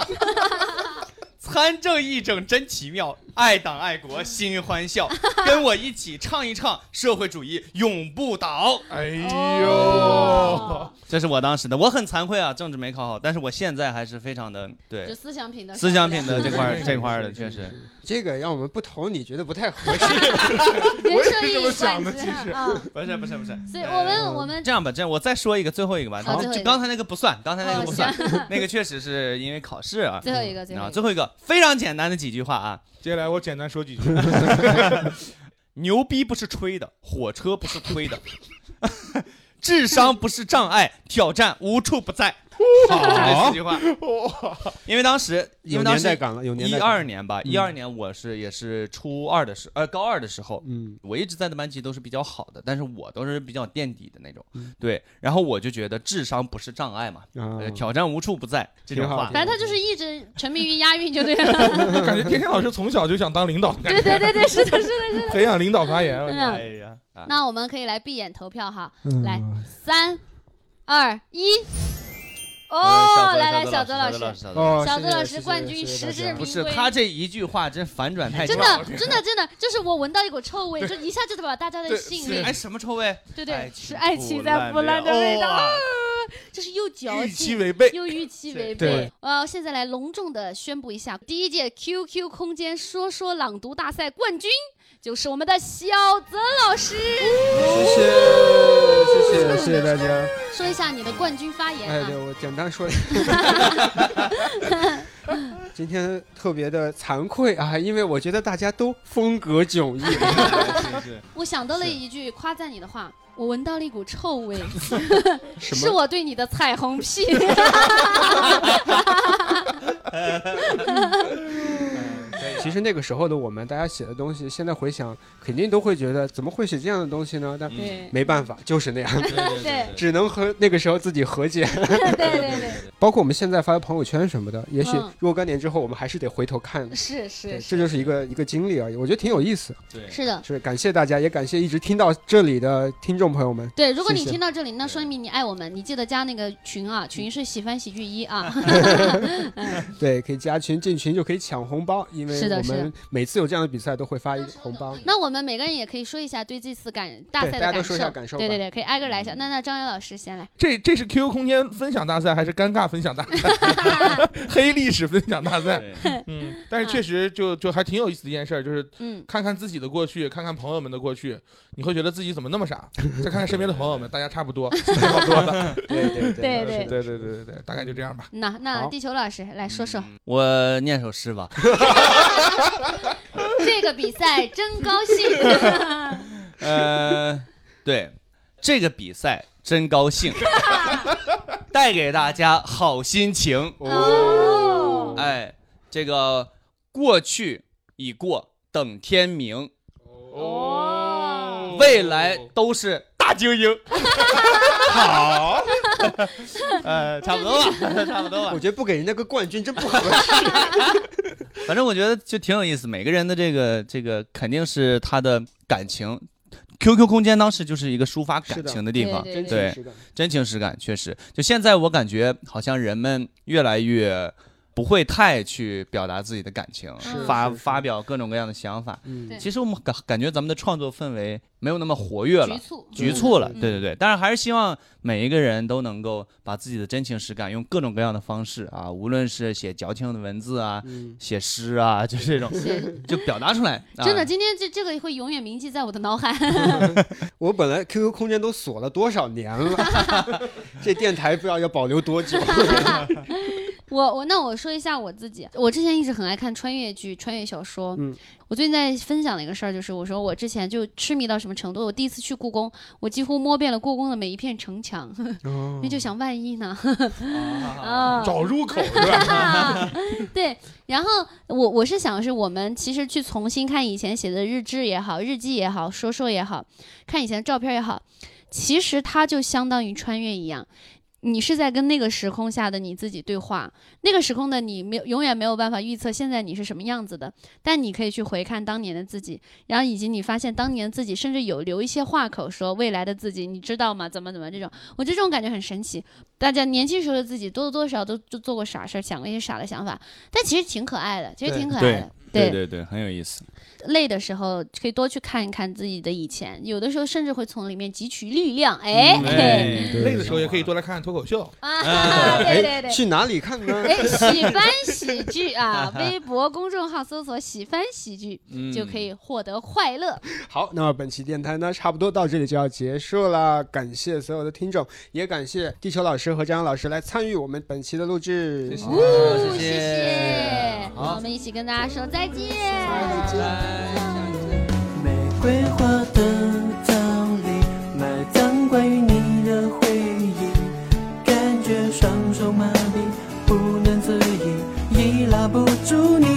参政议政真奇妙，
爱党爱国心欢笑，跟我一起唱一唱，社会主义永不倒。
哎呦，
哦，
这是我当时的，我很惭愧啊，政治没考好，但是我现在还是非常的
就
对
思想品德，
思想品德呃这块
是
儿
是
这块儿的，确实
这个让我们不投，你觉得不太合 适？
我
人
也
生意
是这么
义
想
贯
的
之
其实
啊。
不是不是不是。
所以我们
嗯
我们
这样吧，这样我再说一个最后一个吧，
好最后一
就
个
刚才那个不算，刚才那个
哦
不
行
算，， 那个确实是因为考试啊。
最后一个最后
啊，
一
最
个，
后一个非常简单的几句话啊，
接下来我简单说几句。
牛逼不是吹的，火车不是推的， 智商不是障碍，挑战无处不在。
哦
这四句话，因为当时，因
有
为当
年代
时
感了，有年
一
代感。嗯
二年吧，一二年我是也是初二的时，呃，高二的时候，
嗯，
我一直在的班级都是比较好的，但是我都是比较垫底的那种，
嗯
对。然后我就觉得智商不是障碍嘛，
啊
呃，挑战无处不在这
挺
种
好
话
挺，
反正他就是一直沉迷于押韵就对 了。
感觉天天老师从小就想当领导，
对对对对，是的，是的。
培养领导发言。
嗯
哎呀，啊
那我们可以来闭眼投票哈，
嗯
来三二一，
呃
哦，来来，小
哎泽
泽老
老
师，
师，
哦，
小泽
谢谢
老
谢
师
谢
冠军实
谢谢大
至
家
名
不是
归
他这一句话真反转太
真
强了
的，真的，真的，就是我闻到一股臭味，就一下就把大家的
对
吸引
是
力，
哎，什么臭味？
对
爱
对，
情
是爱情在腐烂的味道，啊就是又矫
预期
情
违背，
又预期
对
违
对
背。呃，现在来隆重的宣布一下，第一届 QQ 空间说说朗读大赛冠军就是我们的小泽老师。
谢谢谢谢谢谢大 家。
说一下你的冠军发言
哎，
啊
对，，我简 单说。今天特别的惭愧啊，因为我觉得大家都风格迥异。
我想到了一句夸赞你的话。我闻到了一股臭味，
什
是
么？
我对你的彩虹屁。
其实那个时候的我们，大家写的东西，现在回想，肯定都会觉得怎么会写这样的东西呢？但
对
没办法，就是那样，
对对
只能和那个时候自己和解。
对对
包括我们现在发的朋友圈什么的，也许
嗯
若干年之后，我们还是得回头看
对，。是是
对，这就是一个一个经历而已，我觉得挺有意思。
是的。
是感谢大家，也感谢一直听到这里的听众朋友们。
对，如果你
谢谢
听到这里，那说明你爱我们，你记得加那个群啊，群是喜欢喜剧一啊。
对，可以加群，进群就可以抢红包，因为
是的
我
是
们每次有这样的比赛都会发一个红包。
那我们每个人也可以说一下对这次感大赛
对
的
大家
感
都
受，
说一下感受吧嗯
对对对，可以挨个来一下。那那张瑶老师先来，
这这是 QQ 空间分享大赛还是尴尬分享大赛？ 黑历史分享大赛。嗯，但是确实就就还挺有意思的一件事儿，就是
嗯，
看看自己的过去，看看朋友们的过去，你会觉得自己怎么那么 傻？再看看身边的朋友们，大家差 不多，差不多的。
对
对对
对
对对对对对，大概就这样吧。
那那
好嗯
地球老师来说说、
我念首诗吧。
这个比赛，真高 兴。
呃，对，这个比赛真高 兴，带给大家好心情。
哦，
哎，这个过去已过，等天明，
哦
未来都是大精英。 好，呃，差不多吧，差不多吧
我。觉得不给人家个冠军真不合适。
反正我觉得就挺有意思，每个人的这个这个肯定是他的感情。QQ 空间当时就是一个抒发
是
感
的
情的地方，
对
真
对
情实感。
真情实感确实。就现在我感觉好像人们越来越不会太去表达自己的感情
是，
发
是是
发表各种各样的想法。
嗯
对
其实我们感感觉咱们的创作氛围没有那么活跃
局
了。
促，
局促了，
嗯
对对对，但是还是希望每一个人都能够把自己的真情实感用各种各样的方式啊，无论是写矫情的文字啊，
嗯，
写诗啊，就这种
是
就表达出来。啊
真的，今天这这个会永远铭记在我的脑海。
我本来 QQ 空间都锁了多少年了， 这电台不知道要保留多久。
我我那我说一下我自己，我之前一直很爱看穿越剧、穿越小说。
嗯，
我最近在分享的一个事儿，就是我说我之前就痴迷到什么程度，我第一次去故宫，我几乎摸遍了故宫的每一片城墙， 因为就想万一呢。啊，
找入口是吧？
对，然后我我是想是我们其实去重新看以前写的日志也好、日记也好、说说也好，看以前的照片也好，其实它就相当于穿越一样，你是在跟那个时空下的你自己对话，那个时空的你没有永远没有办法预测现在你是什么样子的，但你可以去回看当年的自己，然后以及你发现当年自己甚至有留一些话口说未来的自己，你知道吗？怎么怎么这种，我觉得这种感觉很神奇。大家年轻时候的自己多多少少都就做过傻事儿，想过一些傻的想法，但其实挺可爱的，其实
对
挺可爱
对
的。对
对对，很有意思。
累的时候可以多去看一看自己的以前，有的时候甚至会从里面汲取力量。哎，嘿
哎
对
累啊的时候也可以多来看看脱口秀。
啊， 对对对。
哎去哪里看呢？
哎，喜翻喜剧啊，微博公众号搜索“喜翻喜剧”就可以获得快乐。
好，那么本期电台呢，差不多到这里就要结束了。感谢所有的听众，也感谢地球老师和张扬老师来参与我们本期的录制。谢谢
哦谢谢，我们一起跟大家说再见。
玫瑰花的葬礼，埋葬关于你的回忆，感觉双手麻痹，不能自已，依赖不住你